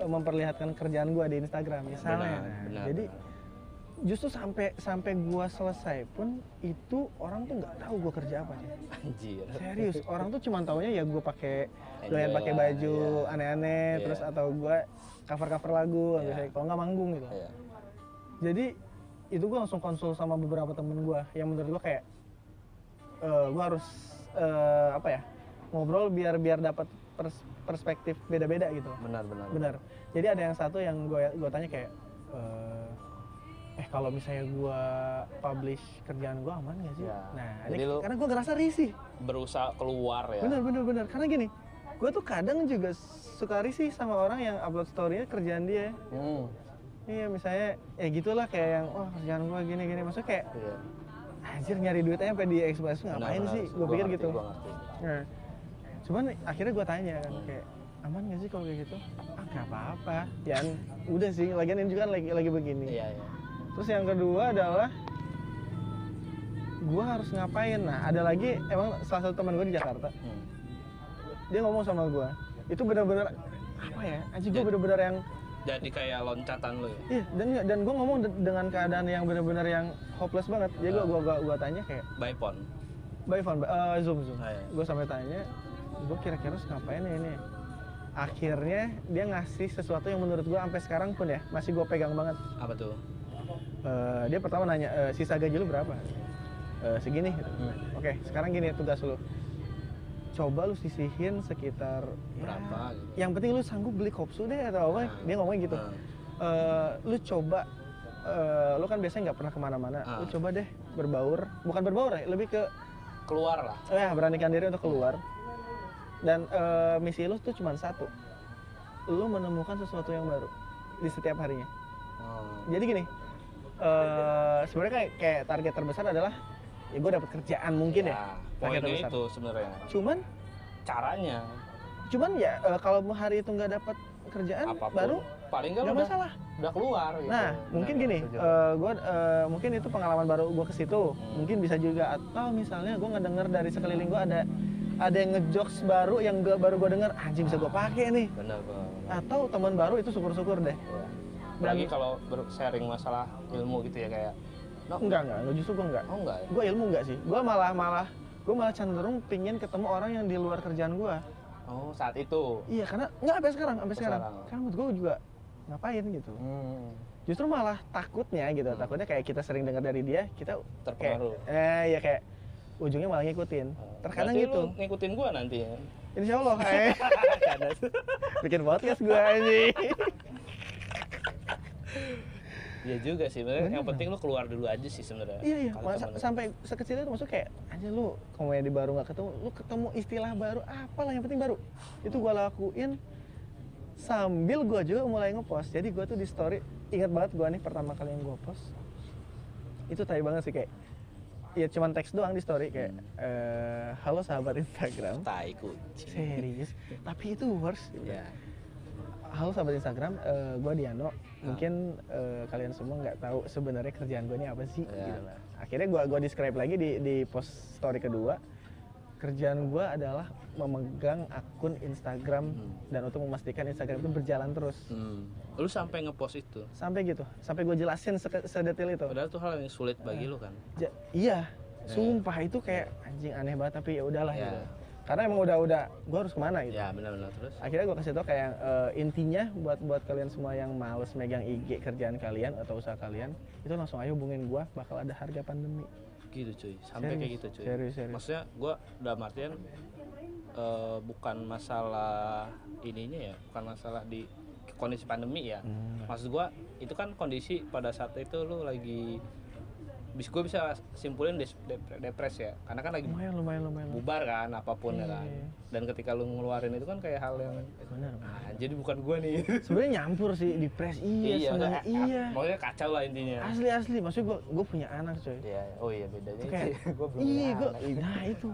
Speaker 3: eh, memperlihatkan kerjaan gue di Instagram misalnya
Speaker 1: Benar,
Speaker 3: Nah,
Speaker 1: benar,
Speaker 3: jadi
Speaker 1: benar.
Speaker 3: justru sampai sampai gua selesai pun itu orang tuh nggak tahu gua kerja apa nih.
Speaker 1: anjir *laughs*
Speaker 3: Serius, orang tuh cuma taunya ya gua pakai doyan
Speaker 1: Enjoy
Speaker 3: pakai
Speaker 1: lah,
Speaker 3: baju
Speaker 1: iya.
Speaker 3: aneh-aneh
Speaker 1: Iya.
Speaker 3: terus atau gua cover-cover lagu atau
Speaker 1: Iya.
Speaker 3: saya- kalau nggak manggung gitu.
Speaker 1: Iya.
Speaker 3: Jadi itu gua langsung konsul sama beberapa temen gua yang menurut gua kayak eh gua harus eh, apa ya? ngobrol biar biar dapat pers- perspektif beda-beda gitu.
Speaker 1: benar benar
Speaker 3: Benar. Jadi ada yang satu yang gue gue tanya kayak eh, eh kalau misalnya gue publish kerjaan gue aman gak sih?
Speaker 1: Ya.
Speaker 3: Nah,
Speaker 1: Jadi
Speaker 3: ini-
Speaker 1: lu-
Speaker 3: karena gue ngerasa risih.
Speaker 1: berusaha keluar ya
Speaker 3: Benar benar benar. Karena gini, gue tuh kadang juga suka risih sama orang yang upload story-nya kerjaan dia.
Speaker 1: Hmm,
Speaker 3: Iya, misalnya ya gitulah kayak yang wah kerjaan gue gini gini. Maksudnya kayak
Speaker 1: iya.
Speaker 3: anjir nyari duit aja sampai di ekspres
Speaker 1: Benar,
Speaker 3: ngapain
Speaker 1: benar.
Speaker 3: sih? Gue pikir
Speaker 1: ngerti,
Speaker 3: gitu.
Speaker 1: gua ngerti.
Speaker 3: Nah, cuman akhirnya gue tanya kan kayak aman gak sih kalau kayak gitu? Ah gak apa-apa. Ya udah sih, lagian ini juga kan lagi lagi begini.
Speaker 1: iya iya
Speaker 3: Terus yang kedua adalah gue harus ngapain? Nah ada lagi emang salah satu teman gue di Jakarta,
Speaker 1: Hmm.
Speaker 3: dia ngomong sama gue, itu benar-benar apa ya? Anjir gue benar-benar yang
Speaker 1: jadi kayak loncatan lu ya
Speaker 3: Ih, dan dan gue ngomong de- dengan keadaan yang benar-benar yang hopeless banget. Jadi gue gua, gua, gua tanya kayak
Speaker 1: by phone
Speaker 3: by phone, by- eh, zoom zoom.
Speaker 1: Ah, iya.
Speaker 3: Gue sampai tanya, gue kira-kira harus ngapain ya ini? Akhirnya dia ngasih sesuatu yang menurut gue sampai sekarang pun ya masih gue pegang banget.
Speaker 1: apa tuh
Speaker 3: Eh, dia pertama nanya "Eh, sisa gaji lu berapa? "Eh, segini. gitu.
Speaker 1: Hmm.
Speaker 3: Oke, sekarang gini tugas lu. Coba lu sisihin sekitar ya,
Speaker 1: berapa gitu
Speaker 3: yang penting lu sanggup beli kopsu deh atau apa?
Speaker 1: Ah.
Speaker 3: Dia ngomongnya gitu.
Speaker 1: Ah.
Speaker 3: "Eh, lu coba eh, lu kan biasanya nggak pernah kemana-mana.
Speaker 1: Ah.
Speaker 3: Lu coba deh berbaur, bukan berbaur ya, lebih ke
Speaker 1: keluar lah
Speaker 3: eh, beranikan diri untuk keluar. Dan eh, misi lu tuh cuma satu. Lu menemukan sesuatu yang baru di setiap harinya
Speaker 1: Hmm.
Speaker 3: jadi gini eh sebenarnya kayak, kayak target terbesar adalah ya gue dapat kerjaan mungkin ya, target
Speaker 1: Iya. poinnya
Speaker 3: terbesar
Speaker 1: itu sebenarnya
Speaker 3: cuman
Speaker 1: caranya
Speaker 3: cuman ya eh, kalau hari itu nggak dapat kerjaan
Speaker 1: apapun
Speaker 3: baru
Speaker 1: paling nggak lu
Speaker 3: nggak
Speaker 1: udah,
Speaker 3: masalah
Speaker 1: udah keluar gitu.
Speaker 3: Ya, nah mungkin
Speaker 1: Benar,
Speaker 3: gini
Speaker 1: setuju.
Speaker 3: eh gue mungkin itu pengalaman baru gue ke situ mungkin bisa juga atau misalnya gue ngedenger dari sekeliling gue ada ada yang ngejokes baru yang gua- baru gue denger anjing bisa gue pakai nih
Speaker 1: bener bener
Speaker 3: atau teman baru itu syukur-syukur deh
Speaker 1: lagi kalau ber- sharing masalah ilmu gitu ya kayak no,
Speaker 3: enggak enggak enggak justru gue enggak
Speaker 1: oh enggak ya
Speaker 3: gue ilmu enggak sih gue malah malah gue malah cenderung pingin ketemu orang yang di luar kerjaan gue
Speaker 1: oh saat itu
Speaker 3: iya karena enggak sampai sekarang sampai sekarang
Speaker 1: sekarang.
Speaker 3: karena menurut gue juga ngapain gitu
Speaker 1: Oh.
Speaker 3: justru malah takutnya gitu takutnya kayak kita sering dengar dari dia kita kayak
Speaker 1: Hmm. terpengaruh Hmm.
Speaker 3: eh ya kayak ujungnya malah ngikutin terkadang
Speaker 1: Berarti
Speaker 3: gitu
Speaker 1: lu ngikutin gua nanti
Speaker 3: *laughs*
Speaker 1: ya
Speaker 3: Insya Allah
Speaker 1: *laughs*
Speaker 3: eh. Karena- bikin podcast gue anjing
Speaker 1: Iya juga sih, bener. yang penting lu keluar dulu aja sih sebenarnya.
Speaker 3: iya iya
Speaker 1: Kalau
Speaker 3: masa
Speaker 1: temen-
Speaker 3: sampai sekecil itu maksud kayak aja lu komedi baru nggak ketemu lu ketemu istilah baru apalah yang penting baru itu gua lakuin sambil gua juga mulai ngepost jadi gua tuh di story ingat banget gua nih pertama kali yang gua post itu tai banget sih kayak ya cuman teks doang di story kayak eh, halo sahabat *laughs* Instagram
Speaker 1: Tai kucing.
Speaker 3: serius tapi itu worse gitu.
Speaker 1: Ya.
Speaker 3: Halo sahabat Instagram, eh, gua Diano. Mungkin eh, kalian semua nggak tahu sebenarnya kerjaan gue ini apa sih.
Speaker 1: Ya.
Speaker 3: gitu lah. Akhirnya gua gua describe lagi di di post story kedua. Kerjaan gua adalah memegang akun Instagram dan untuk memastikan Instagram itu berjalan terus.
Speaker 1: Hmm. Lu sampai ngepost itu.
Speaker 3: Sampai gitu, sampai gue jelasin seke- sedetil itu.
Speaker 1: Padahal tuh hal yang sulit bagi lu kan.
Speaker 3: Ja- iya, sumpah itu kayak anjing aneh banget tapi ya udahlah
Speaker 1: Ya.
Speaker 3: gitu. Karena emang udah-udah gue harus kemana gitu.
Speaker 1: Ya benar-benar terus.
Speaker 3: akhirnya gue kasih tau kayak eh, intinya buat buat kalian semua yang males megang IG kerjaan kalian atau usaha kalian itu langsung ayo hubungin gue bakal ada harga pandemi
Speaker 1: Gitu cuy, sampai
Speaker 3: Serius,
Speaker 1: kayak gitu cuy.
Speaker 3: serius, serius.
Speaker 1: Maksudnya gua dalam artian eh, bukan masalah ininya ya, bukan masalah di kondisi pandemi ya.
Speaker 3: Hmm.
Speaker 1: Maksud gua itu kan kondisi pada saat itu lu lagi bis gue bisa simpulin des- depre- depres ya karena kan lagi
Speaker 3: lumayan lumayan lumayan
Speaker 1: bubar kan apapun ya kan
Speaker 3: Iya.
Speaker 1: dan ketika lu ngeluarin itu kan kayak hal yang
Speaker 3: benar
Speaker 1: ah, jadi bukan gua nih
Speaker 3: sebenarnya nyampur sih di press iya sebenarnya
Speaker 1: kayak-
Speaker 3: iya
Speaker 1: maksudnya kacau lah intinya
Speaker 3: asli asli maksud gue gue punya anak coy
Speaker 1: eh. iya oh iya bedanya
Speaker 3: Itu kayak
Speaker 1: *laughs* gue
Speaker 3: iya gue nah itu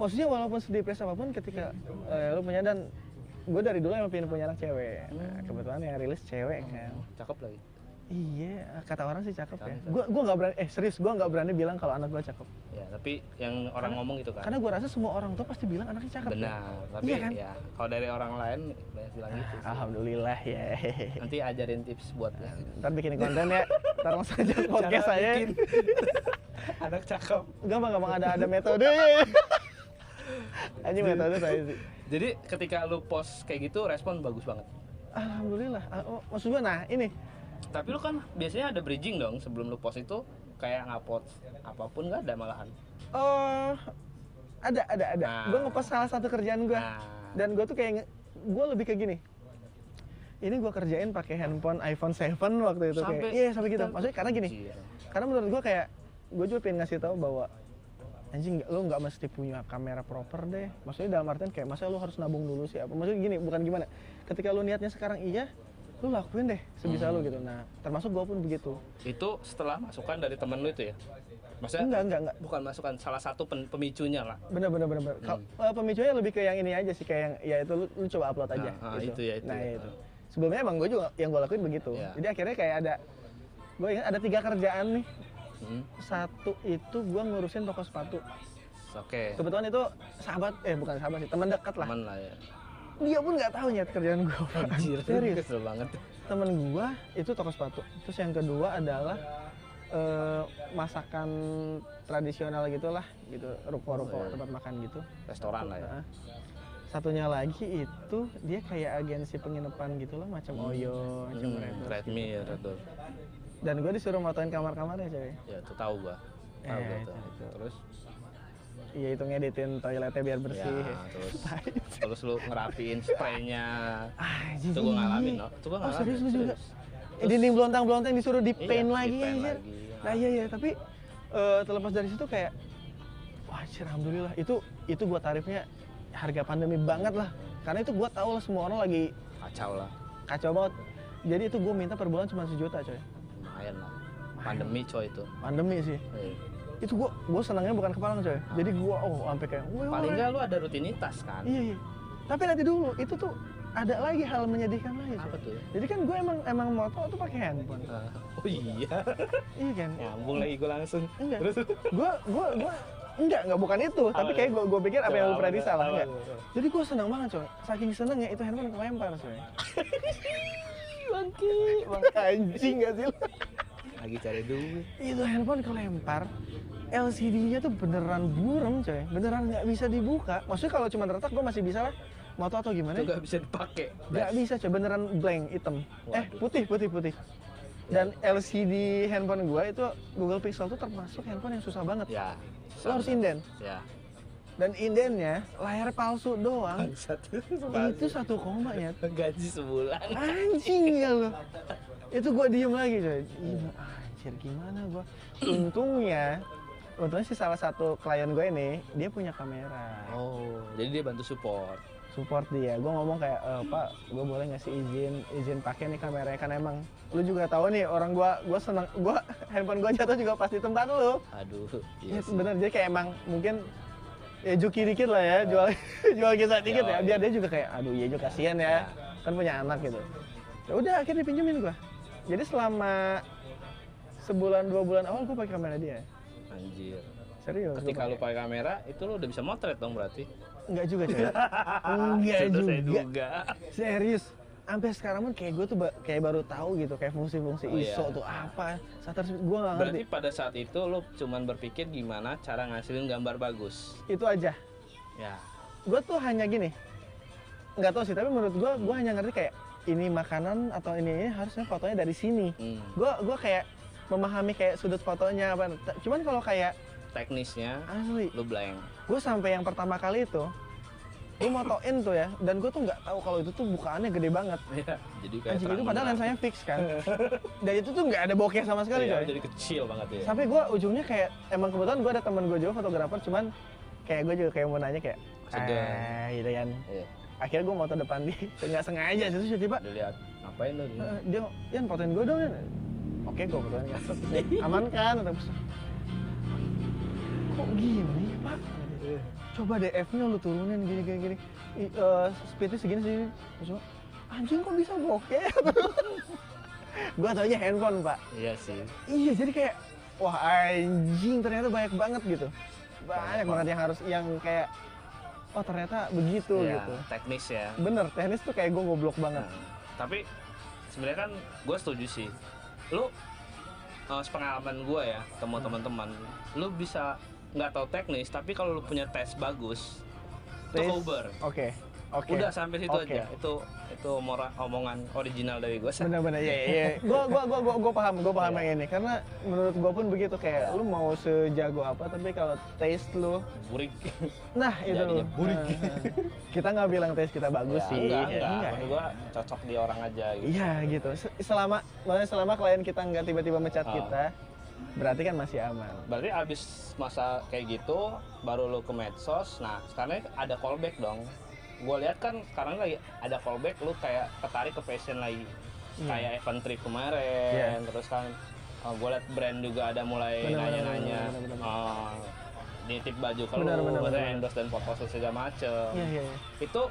Speaker 3: maksudnya walaupun sedepres apapun ketika eh, lu punya dan gue dari dulu emang pengen punya anak cewek nah, kebetulan yang rilis cewek kan
Speaker 1: cakep lagi
Speaker 3: Iya, kata orang sih cakep ya.
Speaker 1: Cakep.
Speaker 3: Gua gua nggak berani eh serius gua nggak berani bilang kalau anak gua cakep.
Speaker 1: ya tapi yang orang ngomong gitu kan
Speaker 3: Karena gua rasa semua orang tuh pasti bilang anaknya cakep. ya.
Speaker 1: benar tapi
Speaker 3: Iya kan?
Speaker 1: ya kalau dari orang lain banyak bilang gitu sih.
Speaker 3: Alhamdulillah ya.
Speaker 1: nanti ajarin tips buat
Speaker 3: *laughs*
Speaker 1: ya.
Speaker 3: Ntar bikin konten ya. Ntar langsung
Speaker 1: *laughs*
Speaker 3: aja podcast saya.
Speaker 1: anak cakep
Speaker 3: Gampang gampang ada ada metode. Anjing metode saya sih.
Speaker 1: jadi ketika lu post kayak gitu respon bagus banget
Speaker 3: Alhamdulillah. Ah, oh, Maksud gua nah ini
Speaker 1: tapi lu kan biasanya ada bridging dong sebelum lu post itu kayak ngapot apapun nggak ada malahan
Speaker 3: oh ada ada ada.
Speaker 1: Nah.
Speaker 3: Gua ngepost salah satu kerjaan gua.
Speaker 1: Nah.
Speaker 3: Dan gua tuh kayak nge- gua lebih kayak gini. Ini gua kerjain pakai handphone iPhone 7 waktu itu kayak. Iya, sampai gitu. Maksudnya karena gini.
Speaker 1: Iya.
Speaker 3: karena menurut gue kayak gue juga pengen ngasih tahu bahwa anjing nggak- lu nggak mesti punya kamera proper deh maksudnya dalam artian kayak masa lu harus nabung dulu sih apa maksudnya gini bukan gimana ketika lu niatnya sekarang iya lu lakuin deh sebisa lu gitu nah termasuk gue pun begitu
Speaker 1: itu setelah masukan dari temen lu itu ya maksudnya
Speaker 3: enggak enggak enggak
Speaker 1: bukan masukan salah satu pen- pemicunya lah
Speaker 3: bener bener bener, bener. Kal-
Speaker 1: Hmm.
Speaker 3: eh, pemicunya lebih ke yang ini aja sih kayak yang ya itu lu, lu coba upload aja
Speaker 1: Nah, ah, itu ya, itu
Speaker 3: nah
Speaker 1: ya.
Speaker 3: itu sebelumnya emang gue juga yang gue lakuin begitu
Speaker 1: Ya.
Speaker 3: jadi akhirnya kayak ada gue ingat ada tiga kerjaan nih
Speaker 1: Hmm,
Speaker 3: satu itu gue ngurusin toko sepatu
Speaker 1: oke
Speaker 3: kebetulan itu sahabat eh bukan sahabat sih teman dekat lah
Speaker 1: temen lah
Speaker 3: *laughs*
Speaker 1: ya
Speaker 3: dia pun nggak tahu nyet kerjaan gue
Speaker 1: anjir
Speaker 3: *laughs* serius
Speaker 1: kesel banget
Speaker 3: temen gue itu toko sepatu terus yang kedua adalah eh, masakan tradisional gitulah gitu ruko-ruko
Speaker 1: Oh, iya.
Speaker 3: tempat makan gitu
Speaker 1: restoran lah ya
Speaker 3: Nah, satunya lagi itu dia kayak agensi penginapan gitulah macam oyo macam
Speaker 1: hmm,
Speaker 3: Red Doors
Speaker 1: treadmill ya Red Bull.
Speaker 3: gitu. dan gue disuruh motoin kamar-kamarnya coy
Speaker 1: ya itu tahu gua tahu gua
Speaker 3: Eh, itu,
Speaker 1: tuh.
Speaker 3: itu.
Speaker 1: terus
Speaker 3: iya itu ngeditin toiletnya biar bersih
Speaker 1: ya terus terus lu ngerapiin spraynya
Speaker 3: *laughs* ah,
Speaker 1: itu
Speaker 3: jadi-
Speaker 1: gua ngalamin loh itu gua
Speaker 3: Oh,
Speaker 1: ngalamin
Speaker 3: serius lu juga?
Speaker 1: serius.
Speaker 3: Eh, dinding belontang-belontang disuruh di paint
Speaker 1: Iya,
Speaker 3: lagi
Speaker 1: di-paint
Speaker 3: anjir.
Speaker 1: lagi, ya.
Speaker 3: Nah iya iya, tapi eh, terlepas dari situ kayak wah anjir, alhamdulillah itu itu gua tarifnya harga pandemi banget lah. Karena itu gua tahu lah semua orang lagi
Speaker 1: kacau lah
Speaker 3: kacau banget. Jadi itu gua minta per bulan cuma sejuta coy.
Speaker 1: lumayan lah pandemi coy itu
Speaker 3: Pandemi sih.
Speaker 1: Eh,
Speaker 3: Itu gua gua senangnya bukan kepalang coy. Jadi gua oh sampai kayak wah, wah,
Speaker 1: Ah. paling
Speaker 3: wah.
Speaker 1: nggak lu ada rutinitas kan
Speaker 3: Iya iya. Tapi nanti dulu itu tuh ada lagi hal menyedihkan lagi. coy.
Speaker 1: apa tuh ya?
Speaker 3: Jadi kan gue emang emang moto tuh pakai handphone.
Speaker 1: Ah, oh iya
Speaker 3: Iya kan?
Speaker 1: nyambung lagi gua langsung
Speaker 3: Enggak.
Speaker 1: terus
Speaker 3: Gua gua gua enggak enggak bukan itu tapi
Speaker 1: Apa
Speaker 3: kayak
Speaker 1: itu?
Speaker 3: gue gue pikir apa yang lu
Speaker 1: iya. Coba,
Speaker 3: prediksi salah
Speaker 1: apa
Speaker 3: enggak
Speaker 1: itu?
Speaker 3: jadi gue senang banget coy saking seneng ya itu handphone kelempar coy
Speaker 1: *laughs* Bangki,
Speaker 3: anjing gak sih lu?
Speaker 1: Lagi cari duit.
Speaker 3: itu handphone kelempar LCD-nya tuh beneran burem coy beneran nggak bisa dibuka maksudnya kalau cuma retak gue masih bisa lah moto atau gimana
Speaker 1: Itu nggak bisa dipakai.
Speaker 3: nggak bisa coy beneran blank hitam eh
Speaker 1: Waduh.
Speaker 3: putih putih putih dan LCD handphone gue itu Google Pixel tuh termasuk handphone yang susah banget
Speaker 1: Ya.
Speaker 3: lo harus inden
Speaker 1: Ya.
Speaker 3: dan indennya layar palsu doang
Speaker 1: Satu.
Speaker 3: itu satu koma ya
Speaker 1: gaji sebulan.
Speaker 3: anjing ya lo itu gue diem lagi coy Ih, anjir gimana gue untungnya untungnya sih salah satu klien gue ini dia punya kamera
Speaker 1: Oh, jadi dia bantu support.
Speaker 3: support dia gue ngomong kayak "Eh, pak gue boleh nggak sih izin izin pakai nih kameranya kan emang lu juga tahu nih orang gue gue seneng gue *laughs* handphone gue jatuh juga pasti tempat lu
Speaker 1: Aduh.
Speaker 3: Iya
Speaker 1: Iya. sih.
Speaker 3: bener jadi kayak emang mungkin ya juki dikit lah
Speaker 1: Iya.
Speaker 3: ya jual *laughs* jual kisah dikit ya biar dia juga kayak aduh iya juga kasihan ya kan punya anak gitu ya udah akhirnya dipinjemin gua jadi selama sebulan dua bulan awal gua pakai kamera dia
Speaker 1: Anjir.
Speaker 3: serius gua
Speaker 1: Ketika lu
Speaker 3: pakai.
Speaker 1: pakai kamera, itu lu udah bisa motret dong berarti.
Speaker 3: enggak
Speaker 1: *laughs*
Speaker 3: juga coy Ah, enggak
Speaker 1: Sudah saya
Speaker 3: juga
Speaker 1: duga.
Speaker 3: serius sampai sekarang pun kayak gue tuh ba- kayak baru tahu gitu kayak fungsi-fungsi
Speaker 1: Oh, iya.
Speaker 3: ISO tuh apa shutter speed gue nggak ngerti
Speaker 1: Berarti pada saat itu lu cuman berpikir gimana cara ngasilin gambar bagus.
Speaker 3: itu aja
Speaker 1: Ya.
Speaker 3: gue tuh hanya gini nggak tahu sih tapi menurut gue gue hanya ngerti kayak ini makanan atau ini ini harusnya fotonya dari sini
Speaker 1: Hmm.
Speaker 3: gue gua kayak memahami kayak sudut fotonya apa T- cuman kalau kayak
Speaker 1: Teknisnya
Speaker 3: asli
Speaker 1: lu blank. *laughs*
Speaker 3: gue sampai yang pertama kali itu gue motoin tuh ya dan gue tuh nggak tahu kalau itu tuh bukaannya gede banget
Speaker 1: Iya. Jadi kayak
Speaker 3: anjing itu
Speaker 1: terang
Speaker 3: padahal
Speaker 1: benderang.
Speaker 3: lensanya fix kan
Speaker 1: *laughs*
Speaker 3: dan itu tuh nggak ada bokeh sama sekali
Speaker 1: Iya,
Speaker 3: coy
Speaker 1: jadi kecil banget ya.
Speaker 3: sampai gue ujungnya kayak emang kebetulan gue ada teman gue juga fotografer cuman kayak gue juga kayak mau nanya kayak
Speaker 1: Sudah.
Speaker 3: ah gitu kan
Speaker 1: Iya.
Speaker 3: akhirnya gue motor depan dia *laughs* nggak sengaja sih terus tiba-tiba
Speaker 1: Udah lihat ngapain lu?
Speaker 3: "Eh, dia Yan fotoin gue dong Yan." oke gue fotoin ya *laughs* aman kan terus kok gini pak coba DF nya lu turunin gini gini gini I- eh, speednya segini segini terus gua, anjing kok bisa bokeh *laughs* gue taunya handphone pak
Speaker 1: Iya sih.
Speaker 3: iya jadi kayak wah anjing ternyata banyak banget gitu banyak
Speaker 1: Banyak
Speaker 3: banget yang harus yang kayak oh ternyata begitu
Speaker 1: Iya,
Speaker 3: gitu
Speaker 1: teknis ya.
Speaker 3: bener teknis tuh kayak gue goblok banget
Speaker 1: Nah, tapi sebenarnya kan gue setuju sih. Lu eh, sepengalaman gue ya, temu
Speaker 3: Hmm.
Speaker 1: teman-teman, lu bisa nggak tahu teknis, tapi kalau lu punya tes bagus, itu
Speaker 3: Tes-
Speaker 1: cover.
Speaker 3: oke oke
Speaker 1: Udah sampai situ
Speaker 3: Oke.
Speaker 1: aja. Itu itu mora- omongan original dari gue.
Speaker 3: benar-benar
Speaker 1: *laughs*
Speaker 3: ya ya gue gua gua gua gua paham gua
Speaker 1: Iya.
Speaker 3: paham yang ini karena menurut gua pun begitu kayak lu mau sejago apa tapi kalau taste lu
Speaker 1: Burik.
Speaker 3: nah itu lu
Speaker 1: Jadinya burik. Iya,
Speaker 3: Eh, kita nggak bilang taste kita bagus sih
Speaker 1: enggak,
Speaker 3: Ya,
Speaker 1: enggak.
Speaker 3: enggak.
Speaker 1: Menurut gue cocok di orang aja gitu.
Speaker 3: iya gitu Se- selama maksudnya selama klien kita nggak tiba-tiba mecat
Speaker 1: Ah.
Speaker 3: kita berarti kan masih aman
Speaker 1: Berarti abis masa kayak gitu, baru lu ke medsos. Nah, sekarang ada callback dong. Gue lihat kan sekarang lagi ada callback, lu kayak ketarik ke fashion lagi. Kayak event trip kemarin,
Speaker 3: Hmm. Iya.
Speaker 1: terus kan gue liat brand juga ada mulai
Speaker 3: Benar, benar,
Speaker 1: nanya-nanya.
Speaker 3: benar, benar,
Speaker 1: eh, nitip baju ke
Speaker 3: Benar,
Speaker 1: lu,
Speaker 3: benar,
Speaker 1: maksudnya
Speaker 3: benar.
Speaker 1: endorse dan foto segala macem.
Speaker 3: iya iya iya.
Speaker 1: Itu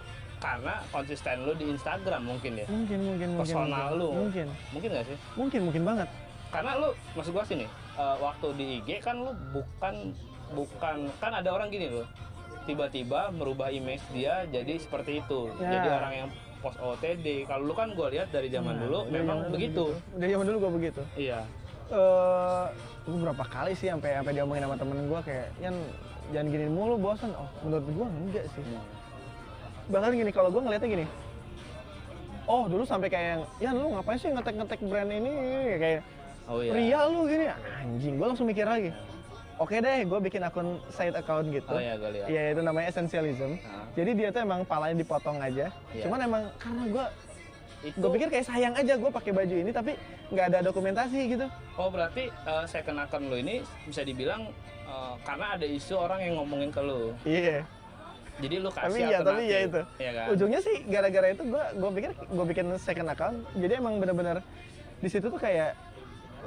Speaker 1: karena konsisten lu di Instagram mungkin ya?
Speaker 3: mungkin mungkin mungkin
Speaker 1: Personal
Speaker 3: mungkin.
Speaker 1: lu.
Speaker 3: mungkin
Speaker 1: Mungkin gak sih?
Speaker 3: mungkin mungkin banget
Speaker 1: karena lu maksud gua sini eh, waktu di IG kan lu bukan bukan kan ada orang gini loh tiba-tiba merubah image dia jadi seperti itu
Speaker 3: Ya.
Speaker 1: jadi orang yang post OTD kalau lu kan gua lihat dari zaman
Speaker 3: Nah,
Speaker 1: dulu
Speaker 3: dari
Speaker 1: memang
Speaker 3: zaman dulu
Speaker 1: begitu
Speaker 3: dari zaman dulu gua begitu
Speaker 1: iya
Speaker 3: eh gue berapa kali sih sampai sampai diomongin sama temen gue kayak Yan jangan giniin mulu bosan oh menurut gue enggak sih bahkan gini kalau gue ngeliatnya gini oh dulu sampai kayak yang Yan lu ngapain sih ngetek ngetek brand ini kayak
Speaker 1: oh iya
Speaker 3: pria lu gini anjing gue langsung mikir lagi oke deh gue bikin akun side account gitu
Speaker 1: oh iya gua lihat
Speaker 3: Iya itu namanya essentialism.
Speaker 1: Ah.
Speaker 3: Jadi dia tuh emang palanya dipotong aja.
Speaker 1: Iya.
Speaker 3: Cuman emang karena gue
Speaker 1: itu
Speaker 3: gue pikir kayak sayang aja gue pakai baju ini tapi nggak ada dokumentasi gitu.
Speaker 1: oh berarti eh, saya kenakan lu ini bisa dibilang eh, karena ada isu orang yang ngomongin ke lu
Speaker 3: Iya.
Speaker 1: jadi lu kasih
Speaker 3: tapi iya tapi
Speaker 1: alternatif.
Speaker 3: iya itu
Speaker 1: Iya kan
Speaker 3: ujungnya sih gara-gara itu gue gue pikir gue bikin second account jadi emang bener-bener di situ tuh kayak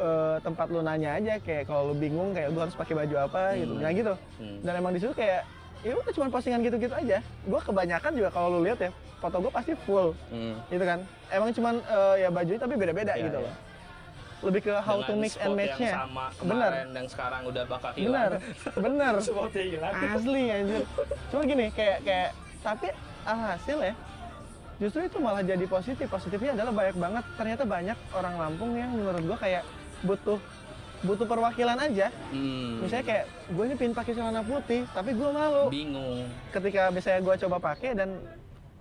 Speaker 3: eh, tempat lu nanya aja kayak kalau lu bingung kayak lu harus pakai baju apa gitu nah gitu
Speaker 1: Hmm.
Speaker 3: dan emang di situ kayak ya udah cuma postingan gitu-gitu aja gue kebanyakan juga kalau lu lihat ya foto gue pasti full
Speaker 1: Hmm.
Speaker 3: gitu kan emang cuman eh, ya bajunya tapi beda-beda
Speaker 1: Iya,
Speaker 3: gitu
Speaker 1: iya.
Speaker 3: loh lebih ke how to mix and match-nya.
Speaker 1: yang sama
Speaker 3: Benar.
Speaker 1: kemarin dan sekarang udah bakal
Speaker 3: Bener,
Speaker 1: hilang. *laughs*
Speaker 3: bener.
Speaker 1: Spotnya hilang.
Speaker 3: Asli anjir. Cuma gini, kayak kayak tapi alhasil ya justru itu malah jadi positif. Positifnya adalah banyak banget. Ternyata banyak orang Lampung yang menurut gua kayak butuh butuh perwakilan aja.
Speaker 1: Hmm,
Speaker 3: Misalnya kayak gue ini pin pakai celana putih, tapi gua malu.
Speaker 1: bingung.
Speaker 3: Ketika misalnya gua coba pakai dan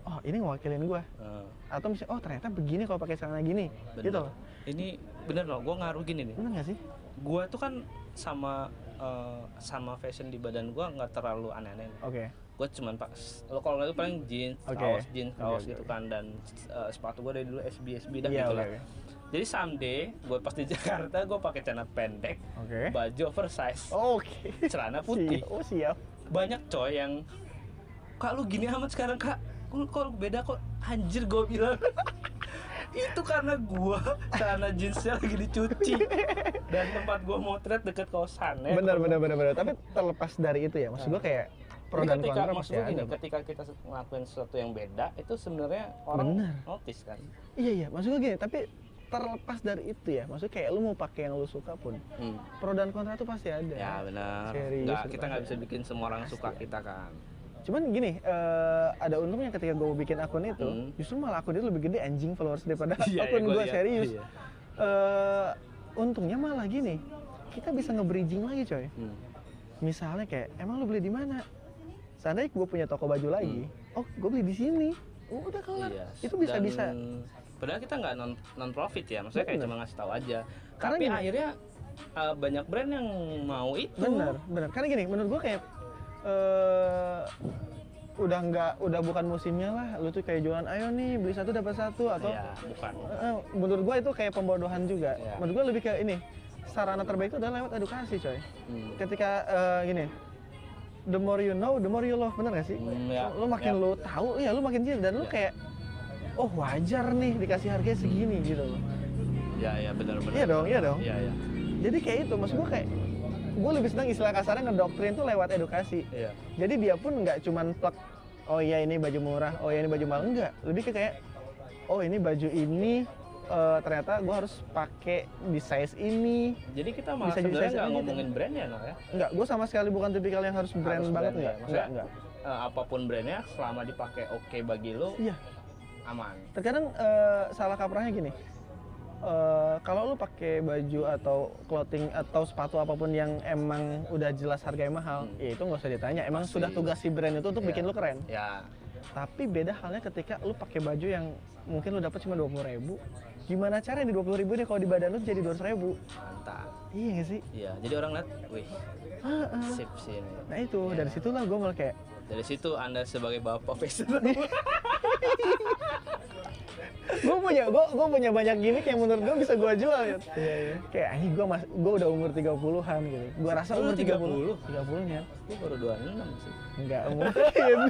Speaker 3: oh ini ngewakilin gua.
Speaker 1: Eh,
Speaker 3: Atau misalnya oh ternyata begini kalau pakai celana gini.
Speaker 1: bener.
Speaker 3: Gitu loh.
Speaker 1: Ini bener loh, gue ngaruh gini nih.
Speaker 3: Bener gak sih?
Speaker 1: Gue tuh kan sama eh, sama fashion di badan gue nggak terlalu aneh-aneh.
Speaker 3: Oke.
Speaker 1: Gue cuman pak, lo kalau nggak itu paling jeans,
Speaker 3: Oke.
Speaker 1: kaos jeans,
Speaker 3: Oke,
Speaker 1: kaos
Speaker 3: oke,
Speaker 1: gitu
Speaker 3: oke.
Speaker 1: kan dan eh, sepatu gue dari dulu SB SB dah
Speaker 3: Iya,
Speaker 1: gitu
Speaker 3: oke.
Speaker 1: lah. Jadi someday gue pas di *laughs* Jakarta gue pakai celana pendek,
Speaker 3: Oke.
Speaker 1: baju oversize,
Speaker 3: Oke.
Speaker 1: celana putih.
Speaker 3: *laughs* Siap. Oh, siap.
Speaker 1: Banyak coy yang kak lu gini amat sekarang kak, Lu kok beda kok anjir gue bilang *laughs* itu karena gua celana jeansnya lagi dicuci dan tempat gua motret deket kosan ya.
Speaker 3: benar benar benar benar tapi terlepas dari itu ya maksud gua kayak pro
Speaker 1: Jadi
Speaker 3: dan
Speaker 1: Nah. ketika,
Speaker 3: kontra
Speaker 1: maksud
Speaker 3: pasti
Speaker 1: gua gini,
Speaker 3: ya, ada
Speaker 1: ketika kita se- ngelakuin sesuatu yang beda itu sebenarnya orang
Speaker 3: Bener.
Speaker 1: notice kan
Speaker 3: iya iya maksud gua gini tapi terlepas dari itu ya maksud kayak lu mau pakai yang lu suka pun
Speaker 1: Hmm.
Speaker 3: pro dan kontra tuh pasti ada
Speaker 1: ya benar
Speaker 3: Serius,
Speaker 1: nggak
Speaker 3: itu
Speaker 1: kita nggak
Speaker 3: pasti. ya.
Speaker 1: bisa bikin semua orang suka kita kan
Speaker 3: cuman gini eh, ada untungnya ketika gua bikin akun itu
Speaker 1: Hmm.
Speaker 3: justru malah akun itu lebih gede anjing followers daripada
Speaker 1: *laughs* Iya,
Speaker 3: akun
Speaker 1: iya, gua
Speaker 3: gua
Speaker 1: lihat.
Speaker 3: serius
Speaker 1: Iya.
Speaker 3: Eh, untungnya malah gini kita bisa nge-bridging lagi coy
Speaker 1: Hmm.
Speaker 3: misalnya kayak emang lu beli di mana seandainya gue punya toko baju lagi oh gue beli di sini Oh, udah kelar
Speaker 1: Hmm. Iya.
Speaker 3: itu bisa
Speaker 1: Dan-
Speaker 3: bisa
Speaker 1: Padahal kita nggak non non profit ya, maksudnya kayak
Speaker 3: Bener.
Speaker 1: cuma ngasih tahu aja.
Speaker 3: Karena
Speaker 1: Tapi
Speaker 3: gini-
Speaker 1: akhirnya uh, banyak brand yang mau itu.
Speaker 3: benar benar karena gini menurut gue kayak eh udah nggak udah bukan musimnya lah lu tuh kayak jualan ayo nih beli satu dapat satu atau
Speaker 1: Ya, bukan.
Speaker 3: Eh, menurut gue itu kayak pembodohan juga
Speaker 1: Iya.
Speaker 3: menurut gue lebih kayak ini sarana terbaik itu adalah lewat edukasi coy
Speaker 1: Hmm.
Speaker 3: ketika eh, gini the more you know the more you love bener gak sih
Speaker 1: Hmm, ya,
Speaker 3: lu makin
Speaker 1: ya.
Speaker 3: lu tahu ya lu makin cinta dan
Speaker 1: Ya.
Speaker 3: lu kayak oh wajar nih dikasih harganya segini gitu loh
Speaker 1: Ya, ya benar-benar.
Speaker 3: iya dong iya dong
Speaker 1: Hmm. Iya, iya.
Speaker 3: jadi kayak itu maksud gua kayak gue lebih senang istilah kasarnya ngedoktrin tuh lewat edukasi
Speaker 1: Iya.
Speaker 3: jadi dia pun nggak cuman plek oh iya ini baju murah oh iya ini baju mahal enggak lebih ke kayak oh ini baju ini eh, ternyata gue harus pakai di size ini
Speaker 1: Jadi kita malah
Speaker 3: Bisa jadi
Speaker 1: sebenarnya
Speaker 3: size
Speaker 1: nggak
Speaker 3: aja gitu.
Speaker 1: ngomongin brand ya, Nol ya.
Speaker 3: enggak gue sama sekali bukan tipikal yang harus brand
Speaker 1: Harus
Speaker 3: banget
Speaker 1: brand ya.
Speaker 3: enggak enggak
Speaker 1: Maksudnya,
Speaker 3: enggak
Speaker 1: eh, apapun brandnya, selama dipakai oke bagi lu,
Speaker 3: iya
Speaker 1: aman.
Speaker 3: terkadang eh, salah kaprahnya gini Eh, kalau lu pakai baju atau clothing atau sepatu apapun yang emang udah jelas harganya mahal,
Speaker 1: Hmm.
Speaker 3: ya itu nggak usah ditanya. Emang
Speaker 1: Pasti.
Speaker 3: sudah tugas si brand itu untuk
Speaker 1: Iya.
Speaker 3: bikin lu keren.
Speaker 1: Ya,
Speaker 3: Tapi beda halnya ketika lu pakai baju yang mungkin lu dapat cuma dua puluh ribu, gimana caranya di dua puluh ribu ini kalau di badan lu jadi dua ribu?
Speaker 1: mantap.
Speaker 3: Iya nggak sih?
Speaker 1: Iya, jadi orang lihat, wih,
Speaker 3: Ah, ah.
Speaker 1: sip sih ini.
Speaker 3: Nah itu dari situlah gue malah kayak
Speaker 1: Dari situ Anda sebagai bapak fashion
Speaker 3: Iya. gue punya gue gue punya banyak gimmick yang menurut gue bisa gue jual gitu. Kayak anjing gue mas gue udah umur 30-an gitu. Gue rasa
Speaker 1: Lu
Speaker 3: umur
Speaker 1: 30?
Speaker 3: 30 30 nya
Speaker 1: Gue baru 26 sih.
Speaker 3: enggak mungkin.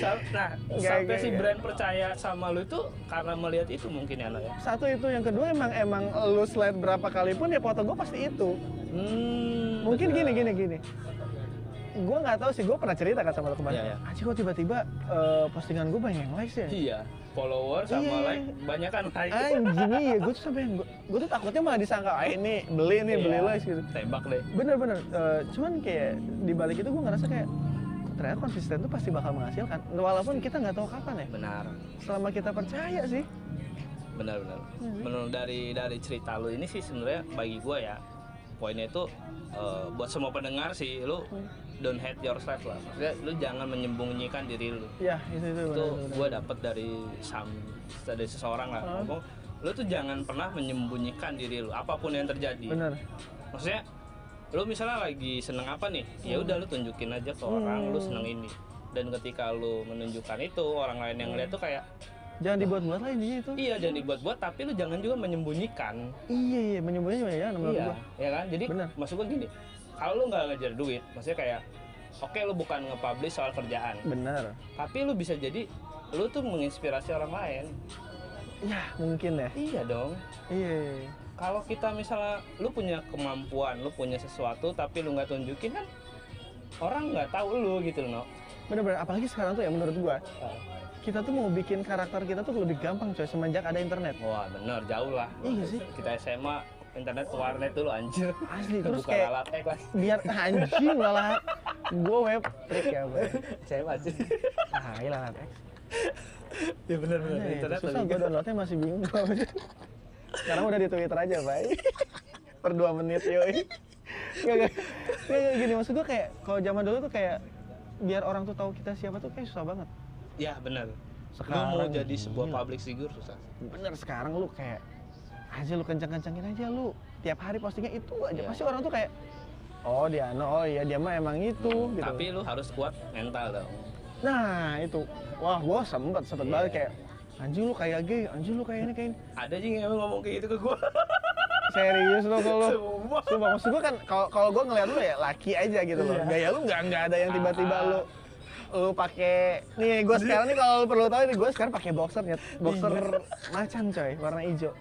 Speaker 1: Sam- nah,
Speaker 3: Enggak,
Speaker 1: sampai
Speaker 3: enggak,
Speaker 1: si
Speaker 3: enggak.
Speaker 1: brand percaya sama lu itu karena melihat itu mungkin ya lo ya.
Speaker 3: *laughs* Satu itu yang kedua emang emang lu slide berapa kali pun ya foto gue pasti itu.
Speaker 1: Hmm,
Speaker 3: Mungkin
Speaker 1: betul.
Speaker 3: gini gini gini. Gue nggak tahu sih gue pernah cerita kan sama lu kemarin.
Speaker 1: Iya, iya.
Speaker 3: Anjing kok tiba-tiba eh, postingan gue banyak yang likes ya.
Speaker 1: Iya, follower sama
Speaker 3: Iya, iya.
Speaker 1: like banyak kan like.
Speaker 3: Anjing iya gue tuh sampai gue tuh takutnya malah disangka ah ini beli nih beli
Speaker 1: Iya,
Speaker 3: likes gitu.
Speaker 1: Tembak deh.
Speaker 3: bener-bener eh, cuman kayak di balik itu gue ngerasa kayak ternyata konsisten tuh pasti bakal menghasilkan walaupun kita nggak tahu kapan ya
Speaker 1: Benar.
Speaker 3: selama kita percaya sih
Speaker 1: Benar benar.
Speaker 3: Hmm.
Speaker 1: Menurut dari dari cerita lu ini sih sebenarnya bagi gua ya poinnya itu eh, buat semua pendengar sih lu
Speaker 3: Hmm.
Speaker 1: don't hate yourself lah. Maksudnya lu jangan menyembunyikan diri lu.
Speaker 3: ya itu itu,
Speaker 1: itu
Speaker 3: bener, bener.
Speaker 1: gue dapet dari sam dari seseorang lah
Speaker 3: Hah?
Speaker 1: ngomong lu tuh jangan pernah menyembunyikan diri lu apapun yang terjadi
Speaker 3: bener
Speaker 1: maksudnya lu misalnya lagi seneng apa nih ya udah lu tunjukin aja ke orang
Speaker 3: Hmm.
Speaker 1: lu seneng ini dan ketika lu menunjukkan itu orang lain yang lihat tuh kayak
Speaker 3: jangan dibuat-buat lah intinya itu
Speaker 1: iya jangan dibuat-buat tapi lu jangan juga menyembunyikan
Speaker 3: iya iya menyembunyi juga jangan menurut
Speaker 1: iya
Speaker 3: gua
Speaker 1: ya kan jadi
Speaker 3: Bener.
Speaker 1: maksud gue gini kalau lu nggak ngejar duit maksudnya kayak oke lu bukan nge-publish soal kerjaan
Speaker 3: bener
Speaker 1: tapi lu bisa jadi lu tuh menginspirasi orang lain
Speaker 3: ya mungkin ya
Speaker 1: iya dong
Speaker 3: iya iya, iya.
Speaker 1: kalau kita misalnya lu punya kemampuan, lu punya sesuatu tapi lu nggak tunjukin kan orang nggak tahu lu gitu loh.
Speaker 3: bener-bener apalagi sekarang tuh ya menurut gua kita tuh mau bikin karakter kita tuh lebih gampang coy semenjak ada internet
Speaker 1: Wah bener jauh lah.
Speaker 3: Iya sih.
Speaker 1: Kita SMA internet ke warnet dulu anjir.
Speaker 3: asli terus
Speaker 1: Buka
Speaker 3: kayak
Speaker 1: lalat eh
Speaker 3: *laughs*
Speaker 1: kelas
Speaker 3: biar anjing malah gue web trick ya gue
Speaker 1: SMA sih.
Speaker 3: ah iya lah
Speaker 1: Iya bener bener
Speaker 3: Aneh,
Speaker 1: internet
Speaker 3: susah
Speaker 1: lebih
Speaker 3: gue downloadnya masih bingung gua. sekarang udah di twitter aja bay per dua menit yoi nggak nggak nggak, nggak, gini maksud gue kayak kalau zaman dulu tuh kayak biar orang tuh tahu kita siapa tuh kayak susah banget
Speaker 1: Ya bener. Lu
Speaker 3: Sekarang
Speaker 1: mau jadi sebuah
Speaker 3: gila.
Speaker 1: public figure susah.
Speaker 3: bener sekarang lu kayak aja lu kencang-kencangin aja lu tiap hari postingnya itu aja
Speaker 1: Iya.
Speaker 3: pasti orang tuh kayak oh dia no oh iya dia mah emang itu gitu
Speaker 1: Tapi lu harus kuat mental dong.
Speaker 3: nah itu wah gua sempet sempet
Speaker 1: Iya.
Speaker 3: banget kayak anjing lu kayak gay anjing lu kayak ini kayak ini
Speaker 1: Ada sih yang emang ngomong kayak gitu ke gua.
Speaker 3: serius lo kalau
Speaker 1: Semua.
Speaker 3: Sumpah, maksud gue kan kalau kalau gue ngeliat lu ya laki aja gitu loh. Gaya lu nggak nggak ada yang tiba-tiba lu lu pakai nih gue sekarang nih kalau lu perlu tahu nih gue sekarang pakai boxer nyet boxer macan coy warna hijau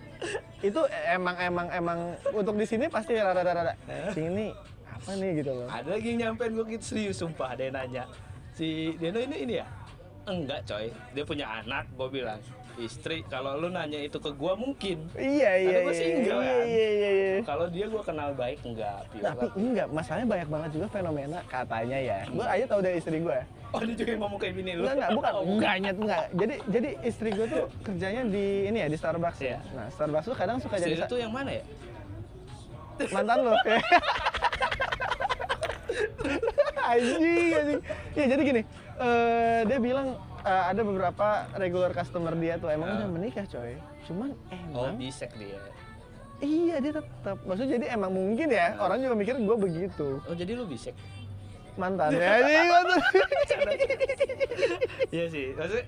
Speaker 3: itu emang emang emang untuk di sini pasti rada-rada sini apa nih gitu loh
Speaker 1: Ada lagi yang nyampein gua gitu serius sumpah ada yang nanya. Si Deno ini ini ya? Enggak coy, dia punya anak, gua bilang istri kalau lu nanya itu ke gua mungkin
Speaker 3: iya iya
Speaker 1: gua
Speaker 3: iya
Speaker 1: single,
Speaker 3: iya
Speaker 1: kan?
Speaker 3: iya iya iya.
Speaker 1: kalau dia gua kenal baik enggak pure
Speaker 3: tapi enggak masalahnya banyak banget juga fenomena katanya ya gue aja tahu dari istri gue
Speaker 1: Oh dia juga yang ngomong kayak bini lu?
Speaker 3: Enggak, enggak, bukan.
Speaker 1: Oh,
Speaker 3: Enggak, nyet, enggak. Jadi jadi istri gue tuh kerjanya di ini ya, di Starbucks
Speaker 1: Iya.
Speaker 3: ya. Nah, Starbucks tuh kadang suka
Speaker 1: Istri
Speaker 3: jadi
Speaker 1: lu
Speaker 3: sa-
Speaker 1: tuh yang mana ya?
Speaker 3: *laughs* mantan lo. anjing, anjing. Ya jadi gini, eh, dia bilang eh, ada beberapa regular customer dia tuh emang
Speaker 1: Ah.
Speaker 3: udah menikah, coy. Cuman
Speaker 1: Oh
Speaker 3: emang
Speaker 1: bisek dia.
Speaker 3: iya dia tetap. Maksudnya jadi emang mungkin ya, orang juga mikir gue begitu.
Speaker 1: Oh jadi lu bisek?
Speaker 3: Mantan ya,
Speaker 1: *laughs*
Speaker 3: anjing, mantan.
Speaker 1: Iya sih. *laughs* Maksudnya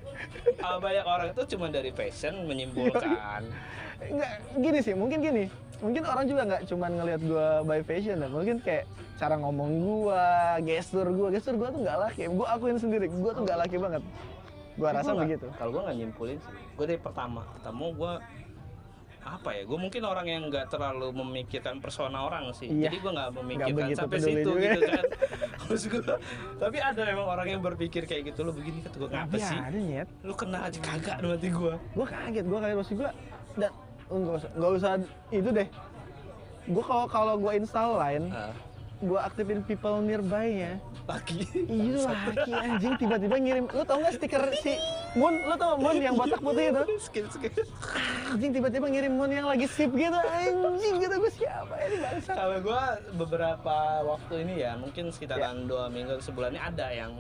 Speaker 1: uh, banyak orang tuh cuma dari fashion menyimpulkan. *laughs*
Speaker 3: Nggak, gini sih, mungkin gini. Mungkin orang juga nggak cuman ngelihat gua by fashion ya. Mungkin kayak cara ngomong gua, gestur gua, gestur gua tuh nggak laki. Gua akuin sendiri, gua tuh nggak laki banget. Gua
Speaker 1: Tapi
Speaker 3: rasa
Speaker 1: gua nggak-
Speaker 3: begitu.
Speaker 1: Kalau gua nggak nyimpulin sih. Gua dari pertama ketemu gua apa ya? Gua mungkin orang yang nggak terlalu memikirkan persona orang sih.
Speaker 3: Iya.
Speaker 1: Jadi gua nggak memikirkan
Speaker 3: begitu
Speaker 1: sampai
Speaker 3: peduli
Speaker 1: situ
Speaker 3: juga.
Speaker 1: gitu
Speaker 3: *laughs*
Speaker 1: kan. Terus gua, tapi ada emang orang yang berpikir kayak gitu lu begini kata gua ngapa
Speaker 3: Tapi
Speaker 1: sih?
Speaker 3: Iya, ada nyet.
Speaker 1: Lu kenal aja kagak nanti gua.
Speaker 3: Gua kaget, gua kaget maksud gua dan enggak usah, nggak usah itu deh. Gua kalau kalau gua install line,
Speaker 1: Ah,
Speaker 3: gua aktifin people nearby nya.
Speaker 1: lagi.
Speaker 3: Iya laki anjing tiba-tiba ngirim. Lu tau nggak stiker si Moon? Lu tau nggak Moon yang botak
Speaker 1: *laughs*
Speaker 3: putih itu?
Speaker 1: skill skill
Speaker 3: anjing tiba-tiba ngirim mon yang lagi sip gitu anjing gitu gue siapa ini bangsa
Speaker 1: kalau gue beberapa waktu ini ya mungkin
Speaker 3: Iya.
Speaker 1: sekitaran dua minggu sebulan ini ada yang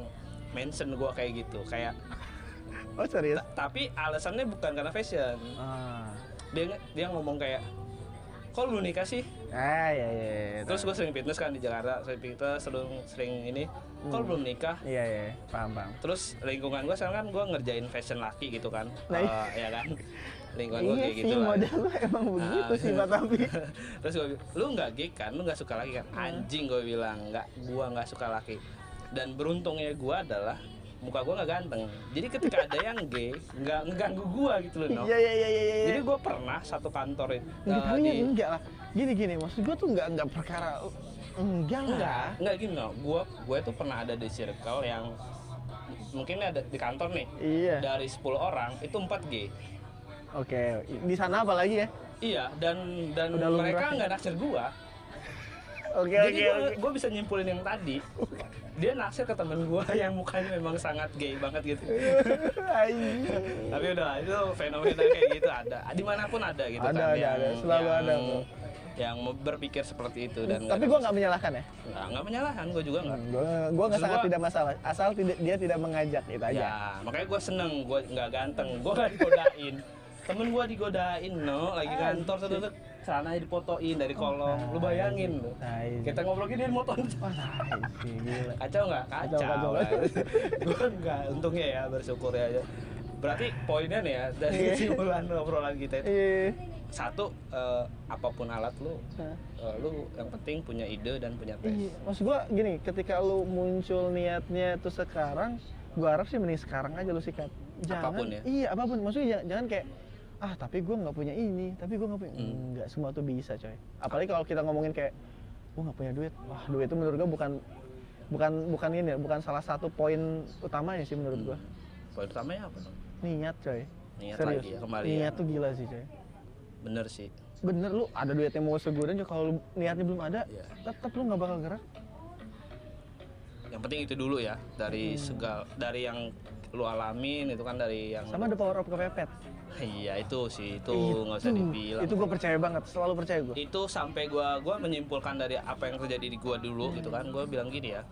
Speaker 1: mention gue kayak gitu kayak
Speaker 3: oh serius
Speaker 1: ta- tapi alasannya bukan karena fashion
Speaker 3: ah
Speaker 1: dia dia ngomong kayak kok lu nikah sih
Speaker 3: ah ya ya
Speaker 1: terus gue sering fitness kan di Jakarta sering fitness sering sering ini kok lu belum nikah
Speaker 3: iya iya paham paham
Speaker 1: terus lingkungan gue sekarang kan gue ngerjain fashion laki gitu kan
Speaker 3: Nah, iya.
Speaker 1: Eh, ya kan lingkungan gue
Speaker 3: iya
Speaker 1: kayak
Speaker 3: sih
Speaker 1: gitu lah Ah.
Speaker 3: model lu emang begitu sih pak tapi
Speaker 1: *laughs* terus gue lu nggak gay kan lu nggak suka laki kan
Speaker 3: Iya.
Speaker 1: anjing gue bilang nggak gua nggak suka laki dan beruntungnya gua adalah muka gua nggak ganteng jadi ketika ada yang gay nggak ngeganggu gua gitu loh no.
Speaker 3: iya iya iya iya iya
Speaker 1: jadi gua pernah satu kantor itu
Speaker 3: nggak tahu ya
Speaker 1: di
Speaker 3: enggak lah gini gini maksud gue tuh enggak enggak perkara enggak
Speaker 1: enggak
Speaker 3: lah
Speaker 1: enggak gini no gua gue tuh pernah ada di circle yang mungkin ada di kantor nih
Speaker 3: iya
Speaker 1: dari 10 orang itu empat gay
Speaker 3: oke di sana apa lagi ya
Speaker 1: iya dan dan
Speaker 3: Udah lumrah.
Speaker 1: mereka nggak naksir gua
Speaker 3: oke
Speaker 1: Jadi gue *laughs* bisa nyimpulin yang
Speaker 3: *laughs*
Speaker 1: tadi Dia naksir ke temen gue *laughs* yang mukanya memang sangat gay banget gitu
Speaker 3: Iya. Anjing.
Speaker 1: Tapi udah itu fenomena kayak gitu ada Dimanapun ada gitu
Speaker 3: Ada,
Speaker 1: kan
Speaker 3: ada, ada. Selalu ada, bro.
Speaker 1: Yang mau berpikir seperti itu dan
Speaker 3: tapi gue nggak menyalahkan ya
Speaker 1: nggak nggak menyalahkan gue juga nggak
Speaker 3: gue gue nggak
Speaker 1: Maksud
Speaker 3: sangat
Speaker 1: gua-
Speaker 3: tidak masalah asal tidak dia tidak mengajak itu aja
Speaker 1: Ya makanya gue seneng gue nggak ganteng Gue nggak digodain
Speaker 3: *laughs*
Speaker 1: Temen gue digodain no lagi kantor tuh tuh celananya dipotoin dari kolong Lu bayangin lu
Speaker 3: Tai.
Speaker 1: Kita ngobrol gini dia motor *laughs*
Speaker 3: Wah, tai sih, gila.
Speaker 1: kacau nggak kacau,
Speaker 3: Kacau, kacau.
Speaker 1: *laughs* gue nggak untungnya ya bersyukur ya berarti poinnya nih ya dari
Speaker 3: Iya.
Speaker 1: kesimpulan obrolan kita itu
Speaker 3: Iya.
Speaker 1: satu eh, apapun alat lu
Speaker 3: Hah?
Speaker 1: eh, lu yang penting punya ide dan punya
Speaker 3: Iya.
Speaker 1: tes
Speaker 3: Maksud gua gini, ketika lu muncul niatnya tuh sekarang, gua harap sih mending sekarang aja lu sikat. Jangan,
Speaker 1: Apapun ya?
Speaker 3: Iya, apapun. Maksudnya jangan, jangan kayak ah tapi gua nggak punya ini, tapi gua nggak punya.
Speaker 1: Hmm.
Speaker 3: Nggak semua tuh bisa coy. Apalagi kalau kita ngomongin kayak gua nggak punya duit. Wah duit itu menurut gua bukan bukan bukan ini ya, bukan salah satu poin utamanya sih menurut gua.
Speaker 1: Hmm. poin utamanya apa dong
Speaker 3: niat coy
Speaker 1: Hmm. niat
Speaker 3: Serius.
Speaker 1: lagi ya, kembali ya.
Speaker 3: niat tuh gila sih coy
Speaker 1: bener sih
Speaker 3: bener lu ada duitnya mau segodan juga kalau lu- niatnya belum ada
Speaker 1: Iya.
Speaker 3: tetap lu nggak bakal gerak
Speaker 1: yang penting itu dulu ya dari
Speaker 3: Hmm.
Speaker 1: segala dari yang lu alamin itu kan dari yang
Speaker 3: sama ada power up kepepet
Speaker 1: iya itu sih itu
Speaker 3: Itu,
Speaker 1: nggak usah dibilang
Speaker 3: itu gue percaya banget selalu percaya gue
Speaker 1: itu sampai gua gua menyimpulkan dari apa yang terjadi di gua dulu gitu kan gua bilang gini ya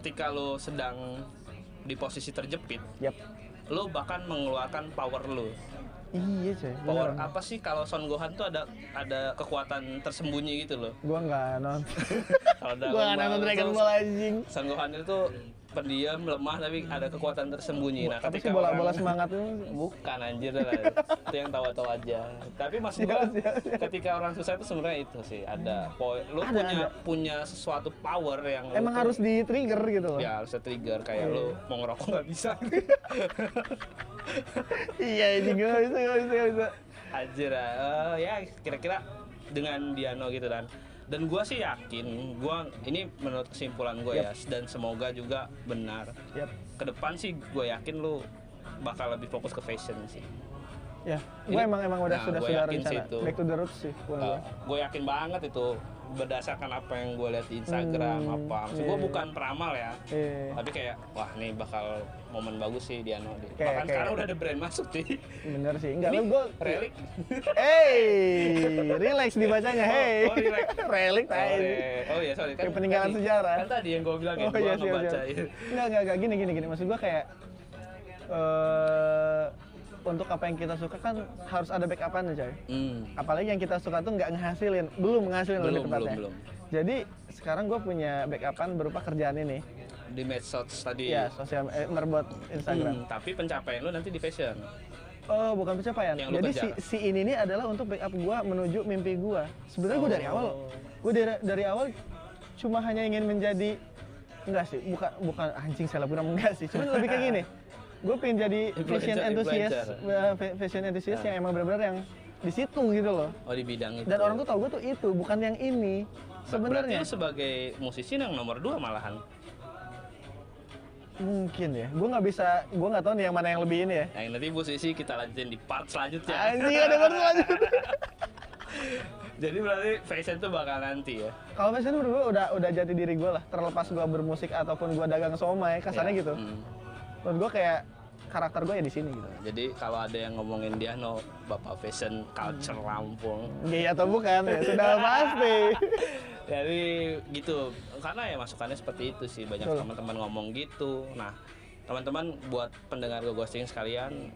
Speaker 1: ketika lo sedang di posisi terjepit
Speaker 3: yap
Speaker 1: lo bahkan mengeluarkan power lo
Speaker 3: iya coy
Speaker 1: power apa sih kalau Son Gohan tuh ada ada kekuatan tersembunyi gitu
Speaker 3: *laughs*
Speaker 1: loh
Speaker 3: gue nggak nonton
Speaker 1: kalau
Speaker 3: *laughs*
Speaker 1: dalam
Speaker 3: gue nggak nonton
Speaker 1: Marvel
Speaker 3: Dragon
Speaker 1: tuh,
Speaker 3: Ball anjing
Speaker 1: Son Gohan itu pendiam lemah tapi ada kekuatan tersembunyi nah
Speaker 3: tapi si
Speaker 1: ketika orang-
Speaker 3: bola-bola semangat itu
Speaker 1: bukan anjir lah itu yang tawa-tawa aja tapi maksud
Speaker 3: Iya,
Speaker 1: gua ketika orang susah itu sebenarnya itu sih ada po- lu
Speaker 3: Ada,
Speaker 1: punya punya sesuatu power yang lu
Speaker 3: emang
Speaker 1: tuh-
Speaker 3: harus di trigger gitu loh
Speaker 1: ya harus trigger kayak lu mau ngerokok nggak bisa
Speaker 3: *laughs*
Speaker 1: *laughs*
Speaker 3: iya ini gue gak bisa gak bisa gak bisa
Speaker 1: anjir ah. Eh, ya kira-kira dengan Diano gitu dan dan gua sih yakin gua ini menurut kesimpulan gua ya dan semoga juga benar
Speaker 3: yap
Speaker 1: ke depan sih gua yakin lu bakal lebih fokus ke fashion sih
Speaker 3: ya gue
Speaker 1: Ini-
Speaker 3: emang emang udah
Speaker 1: nah,
Speaker 3: sudah
Speaker 1: gua
Speaker 3: sudah
Speaker 1: yakin sih
Speaker 3: rencana
Speaker 1: itu. Ah.
Speaker 3: back to the roots sih gue
Speaker 1: gue yakin banget itu berdasarkan apa yang gue lihat di Instagram
Speaker 3: Hmm,
Speaker 1: apa maksud gue
Speaker 3: iya.
Speaker 1: bukan peramal ya
Speaker 3: Iya.
Speaker 1: tapi kayak wah nih bakal momen bagus sih Diano di.
Speaker 3: Kayak-
Speaker 1: bahkan
Speaker 3: kayak-
Speaker 1: sekarang udah ada brand masuk sih
Speaker 3: bener sih enggak lu gue
Speaker 1: relik
Speaker 3: hey relax dibacanya hey
Speaker 1: oh,
Speaker 3: *laughs*
Speaker 1: relax.
Speaker 3: relax
Speaker 1: oh,
Speaker 3: tai.
Speaker 1: re- oh iya sorry kan
Speaker 3: Kayak peninggalan
Speaker 1: tadi-
Speaker 3: sejarah.
Speaker 1: kan tadi yang gue bilang ya
Speaker 3: Oh
Speaker 1: gue
Speaker 3: iya siap siap.
Speaker 1: ngebacain
Speaker 3: Enggak enggak enggak gini gini gini maksud gua kayak eh untuk apa yang kita suka kan harus ada backupannya coy.
Speaker 1: hmm,
Speaker 3: Apalagi yang kita suka tuh nggak ngehasilin, belum ngehasilin
Speaker 1: belum
Speaker 3: lebih
Speaker 1: belum
Speaker 3: tepatnya.
Speaker 1: belum
Speaker 3: Jadi sekarang gua punya backupan berupa kerjaan ini.
Speaker 1: di medsos tadi
Speaker 3: Ya, sosial eh, merbot Instagram.
Speaker 1: Hmm, tapi pencapaian lu nanti di fashion
Speaker 3: Oh, bukan pencapaian.
Speaker 1: Yang lu
Speaker 3: Jadi si,
Speaker 1: kejar.
Speaker 3: si ini nih adalah untuk backup gua menuju mimpi gua. Sebenarnya gua
Speaker 1: Oh.
Speaker 3: dari awal, gua dari, dari awal cuma hanya ingin menjadi enggak sih, bukan bukan anjing selebgram enggak sih. Cuma lebih kayak gini. Gue pengen jadi
Speaker 1: Influencer,
Speaker 3: fashion
Speaker 1: Nah.
Speaker 3: enthusiast,
Speaker 1: influencer.
Speaker 3: eh, fa- fashion enthusiast yang emang benar-benar yang di situ gitu loh.
Speaker 1: oh di bidang itu
Speaker 3: Dan orang tuh tau gue tuh itu, bukan yang ini.
Speaker 1: Berarti
Speaker 3: Sebenarnya
Speaker 1: lu sebagai musisi yang nomor dua malahan
Speaker 3: mungkin ya. Gue nggak bisa, gue nggak tahu nih yang mana yang lebih ini ya.
Speaker 1: Nah, nanti posisi kita lanjutin di part selanjutnya.
Speaker 3: Anjing ada baru lanjut.
Speaker 1: *laughs* Jadi berarti fashion tuh bakal nanti ya.
Speaker 3: Kalau fashion menurut gue udah udah jadi diri gue lah, terlepas gue bermusik ataupun gue dagang somai, kesannya
Speaker 1: Ya,
Speaker 3: gitu.
Speaker 1: mm.
Speaker 3: Menurut gue kayak karakter gue ya di sini gitu.
Speaker 1: Jadi kalau ada yang ngomongin Diano, bapak fashion culture
Speaker 3: Hmm.
Speaker 1: Lampung. *laughs*
Speaker 3: Gay atau bukan ya sudah pasti.
Speaker 1: Jadi gitu, karena ya masukannya seperti itu sih banyak
Speaker 3: Betul.
Speaker 1: teman-teman ngomong gitu. Nah, teman-teman buat pendengar gue ghosting sekalian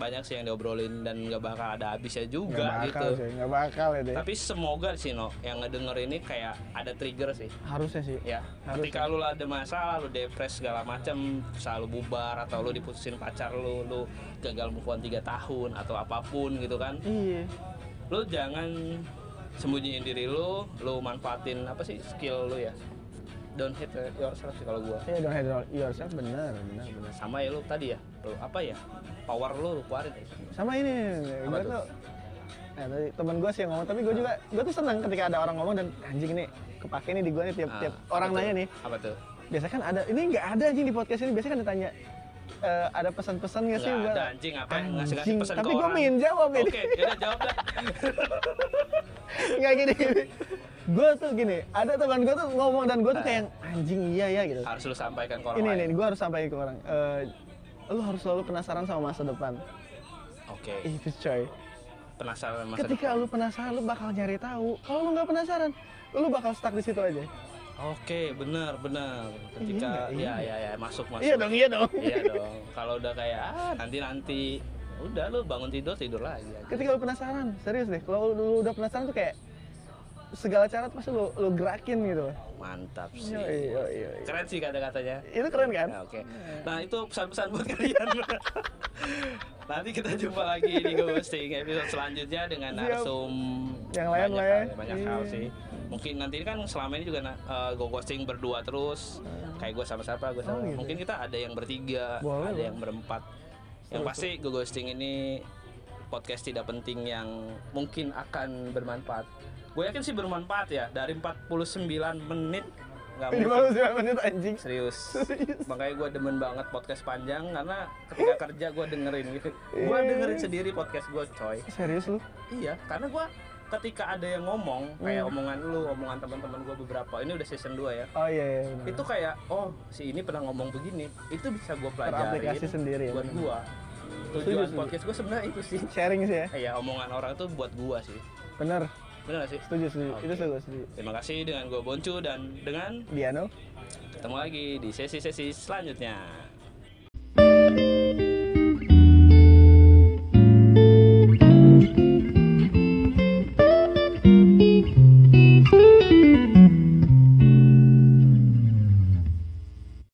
Speaker 1: banyak sih yang diobrolin dan nggak bakal ada habisnya
Speaker 3: Nggak
Speaker 1: juga
Speaker 3: bakal
Speaker 1: gitu.
Speaker 3: sih, nggak bakal ya deh.
Speaker 1: Tapi semoga sih no yang ngedenger ini kayak ada trigger sih.
Speaker 3: Harusnya sih.
Speaker 1: ya
Speaker 3: Harus
Speaker 1: ketika lu ada masalah lu depres segala macam selalu bubar atau lu diputusin pacar lu lu gagal move on 3 tahun atau apapun gitu kan
Speaker 3: Iya.
Speaker 1: lu jangan sembunyiin diri lu lu manfaatin apa sih skill lu ya don't hit yourself sih kalau gua
Speaker 3: Iya don't hide yourself benar, benar, benar.
Speaker 1: sama ya lu tadi ya lu apa ya power lu lu keluarin ya.
Speaker 3: Sama ini,
Speaker 1: Apa
Speaker 3: gue
Speaker 1: tuh?
Speaker 3: tuh Nah, tadi temen gue sih yang ngomong, tapi gue juga, gue tuh seneng ketika ada orang ngomong dan anjing ini kepake nih di gue nih tiap
Speaker 1: Ah,
Speaker 3: tiap
Speaker 1: apa
Speaker 3: orang
Speaker 1: tuh?
Speaker 3: nanya nih,
Speaker 1: apa tuh
Speaker 3: biasanya kan ada, ini nggak ada anjing di podcast ini, biasanya kan ditanya "Eh, ada pesan-pesan nggak sih?
Speaker 1: Nggak
Speaker 3: buat-
Speaker 1: ada anjing apa yang ngasih ngasih
Speaker 3: Anjing,
Speaker 1: pesan
Speaker 3: tapi
Speaker 1: ke
Speaker 3: gue
Speaker 1: orang
Speaker 3: pengen jawab ini.
Speaker 1: oke yaudah jawab dah
Speaker 3: Nggak gini, gini. Gue tuh gini, ada teman gue tuh ngomong dan gue tuh kayak yang, anjing iya ya gitu.
Speaker 1: harus lu sampaikan ke orang
Speaker 3: Ini
Speaker 1: lain
Speaker 3: nih, gue harus sampaikan ke orang. Eh, lu harus selalu penasaran sama masa depan.
Speaker 1: oke
Speaker 3: Itu coy.
Speaker 1: penasaran masa
Speaker 3: Ketika lu penasaran, lu bakal nyari tahu. Kalau lu nggak penasaran, lu bakal stuck di situ aja.
Speaker 1: Oke, benar, benar. Ketika
Speaker 3: Iya,
Speaker 1: ya, ya, ya, masuk, masuk.
Speaker 3: Iya dong, iya dong.
Speaker 1: Iya dong. Kalau udah kayak ah, nanti nanti, udah lu bangun tidur tidur lagi.
Speaker 3: Ketika lu penasaran, serius deh. Kalau lu udah penasaran tuh kayak segala cara tuh pasti lu, lu gerakin gitu. loh.
Speaker 1: Mantap sih.
Speaker 3: Yoi, yoi, yoi.
Speaker 1: Keren sih kata-katanya.
Speaker 3: Itu keren kan?
Speaker 1: Nah, Oke. Nah, itu pesan-pesan buat kalian. *laughs* Nanti kita jumpa lagi di Ghosting episode selanjutnya dengan
Speaker 3: Siap.
Speaker 1: narsum
Speaker 3: Yang lain
Speaker 1: banyak
Speaker 3: lah ya.
Speaker 1: hal- banyak hal
Speaker 3: Iya.
Speaker 1: sih. Mungkin nanti kan selama ini juga na- eh, go ghosting berdua terus. Kayak gue sama siapa, gue sama.
Speaker 3: Iya. Oh, gitu.
Speaker 1: Mungkin kita ada yang bertiga,
Speaker 3: Boleh,
Speaker 1: ada
Speaker 3: boleh.
Speaker 1: yang berempat. Yang pasti go ghosting ini podcast tidak penting yang mungkin akan bermanfaat. Gue yakin sih bermanfaat ya dari 49 menit nggak
Speaker 3: Ini
Speaker 1: mungkin.
Speaker 3: baru 9 menit anjing.
Speaker 1: Serius.
Speaker 3: Serius.
Speaker 1: Makanya gue demen banget podcast panjang karena ketika kerja gue dengerin gitu.
Speaker 3: Eh.
Speaker 1: Gue dengerin sendiri podcast gue coy.
Speaker 3: Serius lu?
Speaker 1: Iya, karena gue ketika ada yang ngomong
Speaker 3: Hmm.
Speaker 1: kayak omongan lu, omongan teman-teman gue beberapa. Ini udah season 2 ya.
Speaker 3: Oh iya iya benar.
Speaker 1: Itu kayak oh si ini pernah ngomong begini. Itu bisa gue pelajarin
Speaker 3: Teraplikasi sendiri ya,
Speaker 1: buat
Speaker 3: benar.
Speaker 1: gue.
Speaker 3: Setuju,
Speaker 1: Tujuan
Speaker 3: setuju.
Speaker 1: podcast gue sebenarnya itu sih. *laughs*
Speaker 3: sharing sih ya.
Speaker 1: Eh, Ya omongan orang tuh buat gue sih.
Speaker 3: Bener.
Speaker 1: Bener gak sih?
Speaker 3: Setuju setuju.
Speaker 1: Oke.
Speaker 3: Itu setuju setuju.
Speaker 1: Terima kasih dengan gue Boncu dan dengan
Speaker 3: Diano.
Speaker 1: ketemu lagi di sesi-sesi selanjutnya.